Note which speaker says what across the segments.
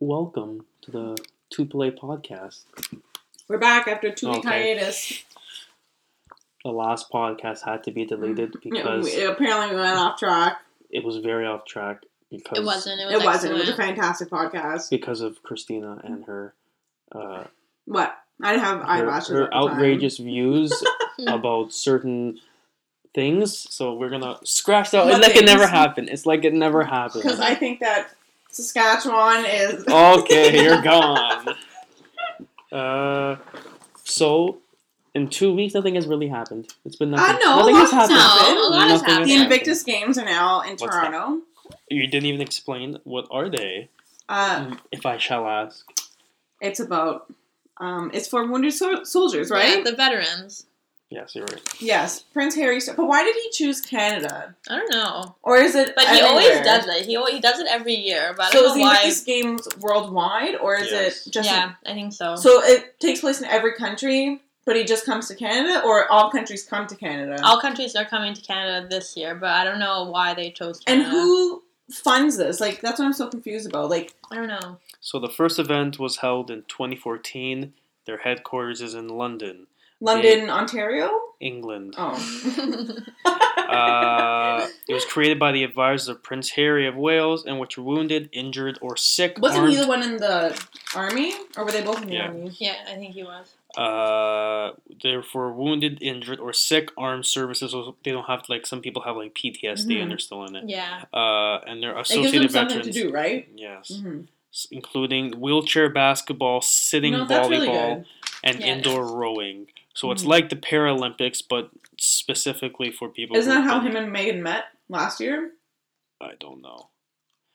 Speaker 1: welcome to the Two Play podcast.
Speaker 2: We're back after two week
Speaker 1: Okay.
Speaker 2: hiatus.
Speaker 1: The last podcast had to be deleted
Speaker 2: Mm. Yeah,
Speaker 1: because
Speaker 2: we- apparently we went off track.
Speaker 1: it was very off track because
Speaker 3: It wasn't. It was.
Speaker 2: It wasn't. It was a
Speaker 3: excellent.
Speaker 2: fantastic podcast.
Speaker 1: because of Christina and her uh,
Speaker 2: What? I didn't have
Speaker 1: her,
Speaker 2: eyelashes. at
Speaker 1: her
Speaker 2: the time.
Speaker 1: outrageous views about certain things. So we're gonna scratch that It's like it
Speaker 2: Nothings.
Speaker 1: never happened. It's like it never
Speaker 2: Because
Speaker 1: happened.
Speaker 2: I think that Saskatchewan is.
Speaker 1: Oh, okay, you're gone. Uh, so in two weeks, nothing has really happened. It's been nothing.
Speaker 2: I know,
Speaker 1: nothing has
Speaker 2: a lot's
Speaker 1: happened.
Speaker 2: happened.
Speaker 3: No, a lot has
Speaker 1: Nothing
Speaker 3: happened.
Speaker 2: the
Speaker 3: Yeah.
Speaker 2: Invictus Games are now in
Speaker 1: What's that?
Speaker 2: Toronto.
Speaker 1: You didn't even explain what are they, um,
Speaker 2: Uh,
Speaker 1: if I shall ask.
Speaker 2: it's about. Um, it's for wounded sol- soldiers, right?
Speaker 3: Yeah, the veterans.
Speaker 1: Yes, you're right.
Speaker 2: yes, Prince Harry. st- But why did he choose Canada?
Speaker 3: I don't know,
Speaker 2: Or is it?
Speaker 3: but he
Speaker 2: everywhere?
Speaker 3: always does it. He al- he does it every year, but I
Speaker 2: So
Speaker 3: don't
Speaker 2: is
Speaker 3: know
Speaker 2: the
Speaker 3: why.
Speaker 2: Invictus Games worldwide, or is
Speaker 1: Yes.
Speaker 2: it just in
Speaker 3: yeah, I think so.
Speaker 2: So it takes place in every country, but he just comes to Canada, or all countries come to Canada.
Speaker 3: All countries are coming to Canada this year, but I don't know why they chose
Speaker 2: and
Speaker 3: Canada.
Speaker 2: who funds this? Like that's what I'm so confused about. Like
Speaker 3: I don't know.
Speaker 1: So the first event was held in 2014. Their headquarters is in London,
Speaker 2: London, Ontario.
Speaker 1: England.
Speaker 2: Oh,
Speaker 1: Uh, it was created by the advisors of Prince Harry of Wales, and which were wounded, injured, or sick.
Speaker 2: wasn't he
Speaker 1: armed-
Speaker 2: the one in the army, or were they both in the
Speaker 1: Yeah.
Speaker 2: army?
Speaker 3: yeah, I think he was.
Speaker 1: Uh, therefore, wounded, injured, or sick armed services. So they don't have like some people have like PTSD
Speaker 2: Mhm.
Speaker 1: and they're still in it.
Speaker 3: Yeah,
Speaker 1: Uh, and they're
Speaker 2: It gives
Speaker 1: associated
Speaker 2: them something
Speaker 1: veterans.
Speaker 2: to do, right?
Speaker 1: Yes,
Speaker 2: Mm-hmm.
Speaker 1: S- including wheelchair basketball, sitting
Speaker 2: No, that's really
Speaker 1: volleyball,
Speaker 2: good.
Speaker 1: and
Speaker 3: Yeah.
Speaker 1: indoor rowing. So it's
Speaker 2: Mhm.
Speaker 1: like the Paralympics, but specifically for people.
Speaker 2: Isn't
Speaker 1: who
Speaker 2: that how
Speaker 1: don't-
Speaker 2: him and Megan met last year?
Speaker 1: I don't know.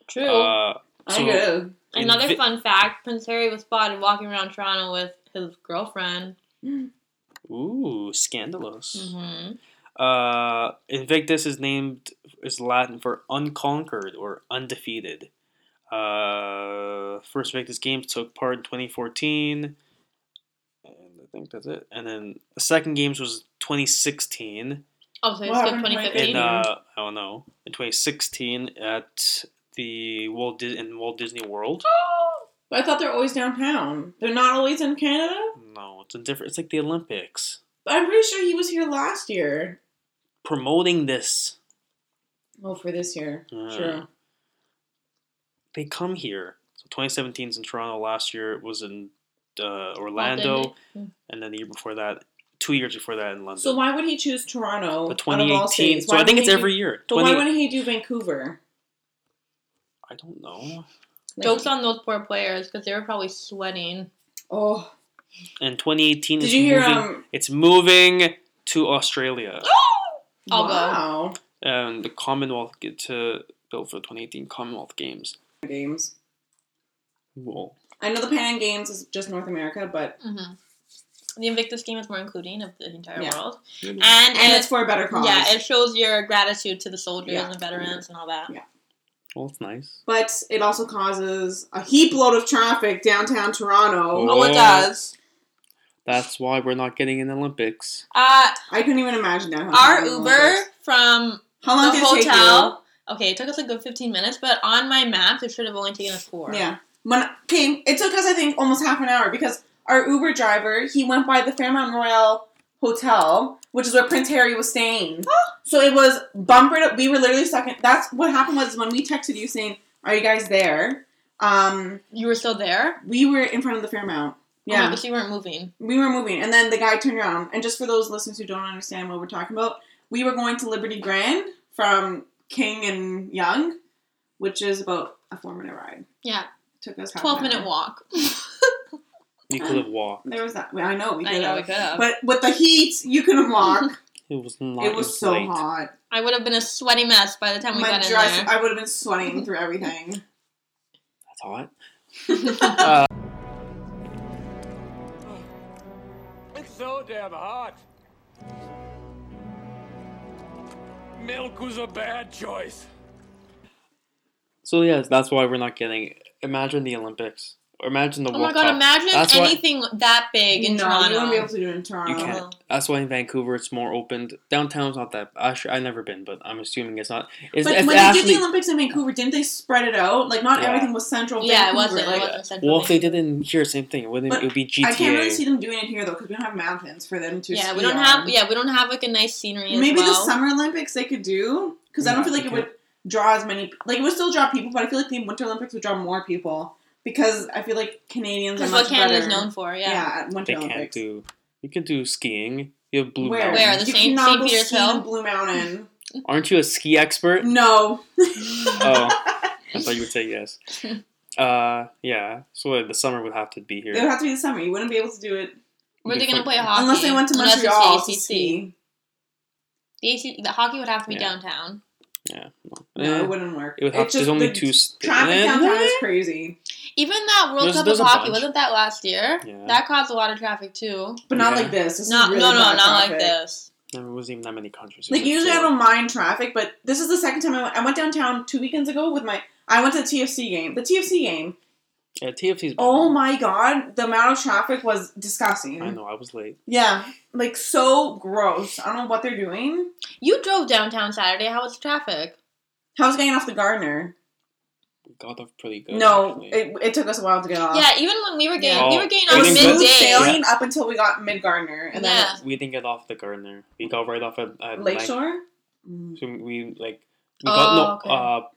Speaker 3: true.
Speaker 1: Uh,
Speaker 2: I
Speaker 1: So-
Speaker 2: think it is.
Speaker 3: Another
Speaker 1: invi-
Speaker 3: fun fact: Prince Harry was spotted walking around Toronto with his girlfriend.
Speaker 1: ooh, scandalous.
Speaker 2: Mm-hmm.
Speaker 3: hmm
Speaker 1: Uh, Invictus is named is Latin for unconquered or undefeated. Uh, first Invictus Games took part in 2014, and I think that's it. And then the second Games was 2016
Speaker 3: Oh, so he
Speaker 2: What
Speaker 3: skipped
Speaker 2: happened to my
Speaker 1: in
Speaker 3: 2015.
Speaker 2: baby?
Speaker 1: uh, I don't know in 2016 at the Walt Dis- in Walt Disney World.
Speaker 3: Oh,
Speaker 2: But I thought they're always downtown. They're not always in Canada.
Speaker 1: No, it's a different. It's like the Olympics
Speaker 2: But I'm pretty sure he was here last year.
Speaker 1: promoting this.
Speaker 2: Oh, for this year,
Speaker 1: Uh,
Speaker 2: sure.
Speaker 1: they come here. So 2017 is in Toronto. Last year it was in uh, Orlando,
Speaker 3: Disney.
Speaker 1: and then the year before that, two years before that in London.
Speaker 2: So why would he choose Toronto?
Speaker 1: But
Speaker 2: out of all
Speaker 1: 2018.
Speaker 2: states?
Speaker 1: So
Speaker 2: Why
Speaker 1: I think
Speaker 2: wouldn't
Speaker 1: it's
Speaker 2: he
Speaker 1: every
Speaker 2: Do,
Speaker 1: year.
Speaker 2: but
Speaker 1: 20
Speaker 2: why wouldn't he do Vancouver?
Speaker 1: I don't know.
Speaker 2: Like,
Speaker 3: Jokes on those poor players because they were probably sweating.
Speaker 2: Oh,
Speaker 1: And 2018
Speaker 2: did
Speaker 1: is
Speaker 2: you hear?
Speaker 1: moving.
Speaker 2: Um,
Speaker 1: it's moving to Australia,
Speaker 3: I'll go.
Speaker 2: wow,
Speaker 1: and the Commonwealth get to build for the 2018 Commonwealth Games.
Speaker 2: games.
Speaker 1: Well,
Speaker 2: I know the Pan Am Games is just North America, but
Speaker 3: hmm The Invictus game is more including of the entire
Speaker 2: Mm-hmm. Yeah.
Speaker 3: world,
Speaker 1: Mhm.
Speaker 3: and, and
Speaker 2: and it's for a better cause.
Speaker 3: yeah, it shows your gratitude to the soldiers
Speaker 2: Yeah.
Speaker 3: and the veterans and all that.
Speaker 2: Yeah.
Speaker 1: well, it's nice.
Speaker 2: but it also causes a heap load of traffic downtown Toronto.
Speaker 1: Oh, it
Speaker 3: does.
Speaker 1: That's why we're not getting an Olympics.
Speaker 3: Uh,
Speaker 2: I couldn't even imagine downtown.
Speaker 3: our
Speaker 2: Toronto.
Speaker 3: Uber
Speaker 2: Oh,
Speaker 3: from
Speaker 2: How long
Speaker 3: the
Speaker 2: did it take
Speaker 3: hotel. Okay, it took us a good 15 minutes, but on my map, it should have only taken us four.
Speaker 2: you? Yeah, when okay, it took us I think almost half an hour because our Uber driver he went by the Fairmont Royal Hotel, which is where Prince Harry was staying.
Speaker 3: Oh.
Speaker 2: So it was bumper to, we were literally stuck in, that's what happened was when we texted you saying, are you guys there? Um,
Speaker 3: You were still there?
Speaker 2: we were in front of the Fairmount.
Speaker 3: Oh my
Speaker 2: Yeah.
Speaker 3: gosh, you weren't moving.
Speaker 2: We were moving and then the guy turned around and just for those listeners who don't understand what we're talking about, we were going to Liberty Grand from King and Young, which is about a four minute ride.
Speaker 3: Yeah,
Speaker 2: Took us half
Speaker 3: 12
Speaker 2: an
Speaker 3: minute
Speaker 2: hour.
Speaker 3: walk.
Speaker 1: You could have walked.
Speaker 2: There was that. well, I know we
Speaker 3: I
Speaker 2: did.
Speaker 3: know we
Speaker 2: have.
Speaker 3: could have.
Speaker 2: But with the heat, you couldn't walk.
Speaker 1: It was not.
Speaker 2: it was so
Speaker 1: late.
Speaker 2: hot.
Speaker 3: I would have been a sweaty mess by the time we
Speaker 2: My
Speaker 3: got
Speaker 2: dress,
Speaker 3: in there.
Speaker 2: I would have been sweating through everything.
Speaker 1: That's hot. Uh,
Speaker 4: It's so damn hot. Milk was a bad choice.
Speaker 1: So yes, that's why we're not getting. Imagine the Olympics. Imagine the
Speaker 3: Oh my
Speaker 1: World
Speaker 3: god!
Speaker 1: Cup.
Speaker 3: Imagine
Speaker 1: That's why-
Speaker 3: anything that big in
Speaker 2: no, you wouldn't
Speaker 3: Toronto.
Speaker 2: be able to do it in Toronto.
Speaker 1: You can't. That's why in Vancouver it's more open. Downtown's not that. I sure, I've never been, but I'm assuming it's not. It's,
Speaker 2: But
Speaker 1: it's
Speaker 2: when they
Speaker 1: actually.
Speaker 2: did the Olympics in Vancouver, didn't they spread it out? Like not
Speaker 1: Yeah.
Speaker 2: everything was central.
Speaker 3: Yeah, it
Speaker 2: Vancouver.
Speaker 3: wasn't. It
Speaker 2: Like, uh,
Speaker 3: wasn't central.
Speaker 1: well, if they
Speaker 3: Vancouver.
Speaker 1: did it in here, same thing. It wouldn't.
Speaker 2: But
Speaker 1: it would be GTA.
Speaker 2: I can't really see them doing it here though, because we don't have mountains for them to.
Speaker 3: Yeah, we
Speaker 2: ski
Speaker 3: don't
Speaker 2: on.
Speaker 3: have. Yeah, we don't have like a nice scenery. As
Speaker 2: Maybe
Speaker 3: well.
Speaker 2: the Summer Olympics they could do because I
Speaker 1: Yeah,
Speaker 2: don't feel like
Speaker 1: they
Speaker 2: it would draw as many. Like it would still draw people, but I feel like the Winter Olympics would draw more people because I feel like Canadians are
Speaker 3: Because
Speaker 2: much
Speaker 3: what Canada's
Speaker 2: better.
Speaker 3: known for, yeah.
Speaker 2: yeah. at Winter
Speaker 1: They can't
Speaker 2: Olympics.
Speaker 1: do. You can do skiing. You have blue
Speaker 2: Where?
Speaker 1: mountain.
Speaker 3: Where? The
Speaker 2: you
Speaker 3: Saint-
Speaker 2: cannot
Speaker 3: Saint
Speaker 2: go
Speaker 3: Peter's
Speaker 2: skiing
Speaker 3: Hill?
Speaker 2: in Blue Mountain.
Speaker 1: Aren't you a ski expert?
Speaker 2: No.
Speaker 1: oh, I thought you would say yes. Uh, yeah. So uh, the summer would have to be
Speaker 2: It would
Speaker 1: here.
Speaker 2: have to be the summer. You wouldn't be able to do it
Speaker 3: Where they gonna
Speaker 1: Different-
Speaker 3: play hockey?
Speaker 2: unless they went to
Speaker 3: Unless it's the
Speaker 2: Montreal to
Speaker 3: ACC.
Speaker 2: ski.
Speaker 3: The AC, the hockey would have to be
Speaker 1: Yeah.
Speaker 3: downtown.
Speaker 1: Yeah.
Speaker 2: No,
Speaker 1: Eh,
Speaker 2: it wouldn't work.
Speaker 1: it would have.
Speaker 2: It's
Speaker 1: There's
Speaker 2: just
Speaker 1: only
Speaker 2: the
Speaker 1: two. St-
Speaker 2: Traffic
Speaker 1: eh,
Speaker 2: downtown is
Speaker 1: eh.
Speaker 2: crazy,
Speaker 3: Even that World
Speaker 1: There's-
Speaker 3: Cup
Speaker 1: there's
Speaker 3: of
Speaker 1: a
Speaker 3: Hockey
Speaker 1: bunch.
Speaker 3: wasn't that last year?
Speaker 1: Yeah.
Speaker 3: That caused a lot of traffic too.
Speaker 2: but not
Speaker 1: Yeah.
Speaker 2: like this. this is
Speaker 3: Not
Speaker 2: really
Speaker 3: no no
Speaker 2: bad
Speaker 3: not like
Speaker 2: traffic.
Speaker 3: this.
Speaker 1: There wasn't even that many countries.
Speaker 2: Like usually I don't mind traffic, but this is the second time I went. I went downtown two weekends ago with my. I went to the TFC game. The TFC game.
Speaker 1: Yeah, TFC's.
Speaker 2: Oh my god, the amount of traffic was disgusting.
Speaker 1: I know. I was late.
Speaker 2: Yeah, like so gross. I don't know what they're doing.
Speaker 3: You drove downtown Saturday. How was the traffic?
Speaker 2: How's getting off the Gardner?
Speaker 1: We got off pretty good.
Speaker 2: no,
Speaker 1: actually.
Speaker 2: it, it took us a while to get off.
Speaker 3: Yeah, even when we were getting we
Speaker 1: Yeah.
Speaker 3: were getting
Speaker 1: Oh,
Speaker 2: It
Speaker 3: on
Speaker 2: was
Speaker 1: Even
Speaker 2: smooth
Speaker 1: good-
Speaker 3: midday.
Speaker 2: sailing up until we got mid Gardner, and then
Speaker 3: Yeah.
Speaker 1: we didn't get off the Gardner. We got right off at, at Lang-
Speaker 2: Lakeshore. Mm.
Speaker 1: So we like we
Speaker 3: Oh,
Speaker 1: got no
Speaker 3: okay.
Speaker 1: uh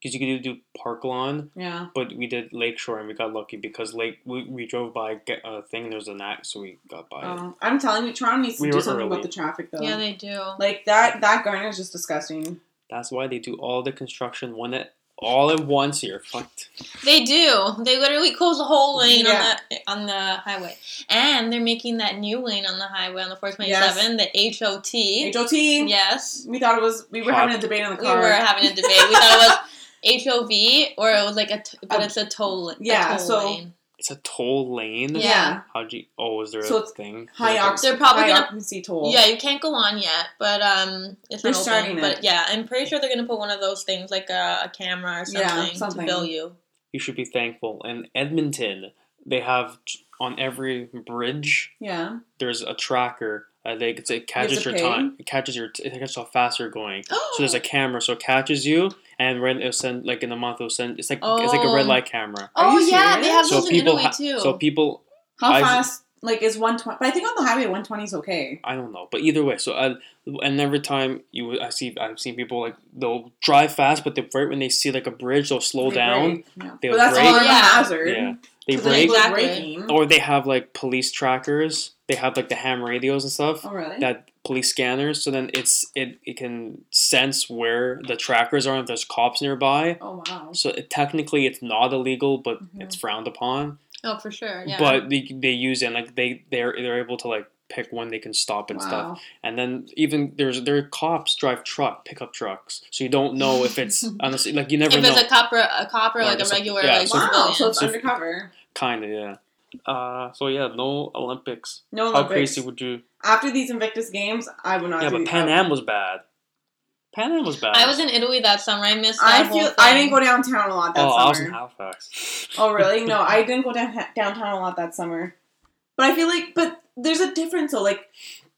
Speaker 1: because you could do park lawn,
Speaker 2: Yeah.
Speaker 1: but we did Lakeshore and we got lucky because Lake we, we drove by a uh, thing. There's an act, so we got by. it.
Speaker 2: Um, I'm telling you, Toronto needs to
Speaker 1: We
Speaker 2: do
Speaker 1: were
Speaker 2: something
Speaker 1: early.
Speaker 2: about the traffic though.
Speaker 3: Yeah, they do.
Speaker 2: like that that Gardner is just disgusting.
Speaker 1: That's why they do all the construction one at all at once here. Fucked.
Speaker 3: They do. They literally close the whole lane
Speaker 2: Yeah.
Speaker 3: on the on the highway, and they're making that new lane on the highway on the 427, the HOT.
Speaker 2: HOT.
Speaker 3: yes,
Speaker 2: We thought it was. We were
Speaker 1: Hot.
Speaker 2: having a debate on the
Speaker 3: we
Speaker 2: car.
Speaker 3: were having a debate. We thought it was HOV or it was like a, t- but it's a toll. li- a
Speaker 2: yeah,
Speaker 3: toll
Speaker 2: so-
Speaker 3: lane.
Speaker 1: It's a toll lane.
Speaker 3: Yeah.
Speaker 1: How'd you? Oh, is there
Speaker 2: So
Speaker 1: a
Speaker 2: it's
Speaker 1: thing?
Speaker 2: high
Speaker 1: Like um, a-
Speaker 2: occupancy.
Speaker 3: They're probably
Speaker 2: high
Speaker 3: gonna-
Speaker 2: occupancy toll.
Speaker 3: yeah, you can't go on yet, but um, it's
Speaker 2: They're
Speaker 3: not
Speaker 2: starting
Speaker 3: open.
Speaker 2: it.
Speaker 3: But yeah, I'm pretty sure they're gonna put one of those things like a, a camera or something,
Speaker 2: Yeah, something.
Speaker 3: to bill you.
Speaker 1: You should be thankful. In Edmonton, they have t- on every bridge
Speaker 2: Yeah.
Speaker 1: there's a tracker. Uh, they it catches
Speaker 2: to
Speaker 1: your
Speaker 2: pay?
Speaker 1: time. It catches your. It catches how fast you're going. So there's a camera, so it catches you, and when it'll send like in a month it'll send. It's like it's like a red
Speaker 3: Oh.
Speaker 1: light camera.
Speaker 2: Are
Speaker 3: oh
Speaker 2: you
Speaker 3: yeah, they
Speaker 2: serious?
Speaker 3: have
Speaker 1: So
Speaker 3: those in
Speaker 1: people,
Speaker 3: Italy
Speaker 1: ha-
Speaker 3: too.
Speaker 1: so people,
Speaker 2: How
Speaker 1: I've-
Speaker 2: fast? Like is one twenty? But I think on the highway one twenty is okay.
Speaker 1: I don't know, but either way, so I, and every time you, I see, I've seen people like they'll drive fast, but they right when they see like a bridge, they'll slow
Speaker 2: They
Speaker 1: down.
Speaker 2: brake, Yeah.
Speaker 1: They'll
Speaker 2: But that's
Speaker 1: brake.
Speaker 2: all of a
Speaker 3: Yeah.
Speaker 2: hazard.
Speaker 1: Yeah, they
Speaker 2: 'Cause then
Speaker 1: brake,
Speaker 2: people are
Speaker 3: Exactly.
Speaker 2: braking.
Speaker 1: or they have like police trackers. They have like the ham radios and stuff.
Speaker 2: Oh really?
Speaker 1: that police scanners so then it's it, it can sense where the trackers are and if there's cops nearby
Speaker 2: oh wow.
Speaker 1: so it, technically it's not illegal but
Speaker 2: Mhm.
Speaker 1: it's frowned upon
Speaker 3: oh, for sure. Yeah.
Speaker 1: but they, they use it and like they they're they're able to like pick when they can stop and stuff
Speaker 2: Wow.
Speaker 1: and then even there's there are cops drive truck pickup trucks so you don't know if it's honestly like you never
Speaker 3: if
Speaker 1: know
Speaker 3: it's a copper, a copper,
Speaker 1: Yeah,
Speaker 3: like a
Speaker 1: just like-
Speaker 3: regular,
Speaker 1: yeah,
Speaker 3: like
Speaker 1: so-
Speaker 2: Wow.
Speaker 3: civilian.
Speaker 2: So it's
Speaker 1: So-
Speaker 2: undercover.
Speaker 1: kind of yeah uh so yeah no olympics.
Speaker 2: No
Speaker 1: how
Speaker 2: Olympics.
Speaker 1: crazy would you
Speaker 2: After these Invictus games, I would not.
Speaker 1: yeah
Speaker 2: do
Speaker 1: but pan am was bad pan am was bad
Speaker 3: I was in Italy that summer. I missed. That
Speaker 2: I
Speaker 3: whole
Speaker 2: feel I
Speaker 3: thing.
Speaker 2: didn't go downtown a lot that
Speaker 1: oh
Speaker 2: summer.
Speaker 1: i was in halifax
Speaker 2: Oh, really? No, I didn't go down, downtown a lot that summer. But I feel like, but there's a difference though. Like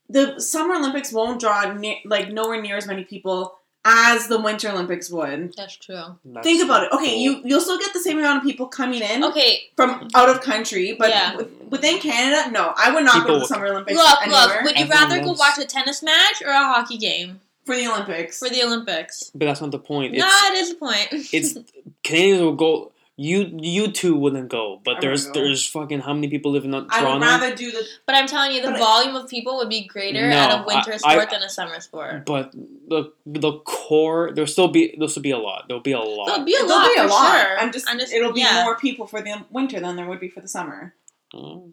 Speaker 2: the Summer Olympics won't draw ne- like nowhere near as many people as the Winter Olympics would.
Speaker 3: That's true.
Speaker 1: That's
Speaker 2: Think about it. Okay,
Speaker 1: cool.
Speaker 2: you you'll still get the same amount of people coming in
Speaker 3: Okay,
Speaker 2: from out of country, but
Speaker 3: Yeah.
Speaker 2: with- within Canada, no, I would not
Speaker 1: People
Speaker 2: go to the
Speaker 1: will-
Speaker 2: Summer Olympics
Speaker 3: look,
Speaker 2: anywhere
Speaker 3: look. Would you
Speaker 1: Everyone
Speaker 3: rather go
Speaker 1: loves-
Speaker 3: watch a tennis match or a hockey game
Speaker 2: for the Olympics.
Speaker 3: for the Olympics?
Speaker 1: But that's not the point.
Speaker 3: Nah,
Speaker 1: It's
Speaker 3: it is a point.
Speaker 1: it's Canadians will go. You you two wouldn't go,
Speaker 2: I
Speaker 1: but there's
Speaker 2: wouldn't go.
Speaker 1: there's fucking how many people live in
Speaker 2: I would
Speaker 1: Toronto?
Speaker 2: rather do the
Speaker 3: But I'm telling you, the
Speaker 2: But I-
Speaker 3: volume of people would be greater
Speaker 1: No,
Speaker 3: at a winter
Speaker 1: I-
Speaker 3: sport
Speaker 1: I-
Speaker 3: than a summer sport.
Speaker 1: but the the core there'll still be there'll still be a lot. There'll be a lot.
Speaker 3: There'll be a
Speaker 2: There'll
Speaker 3: lot
Speaker 2: be a
Speaker 3: for
Speaker 2: lot.
Speaker 3: sure.
Speaker 2: I'm just, it'll be
Speaker 3: yeah.
Speaker 2: more people for the winter than there would be for the summer.
Speaker 1: Mm.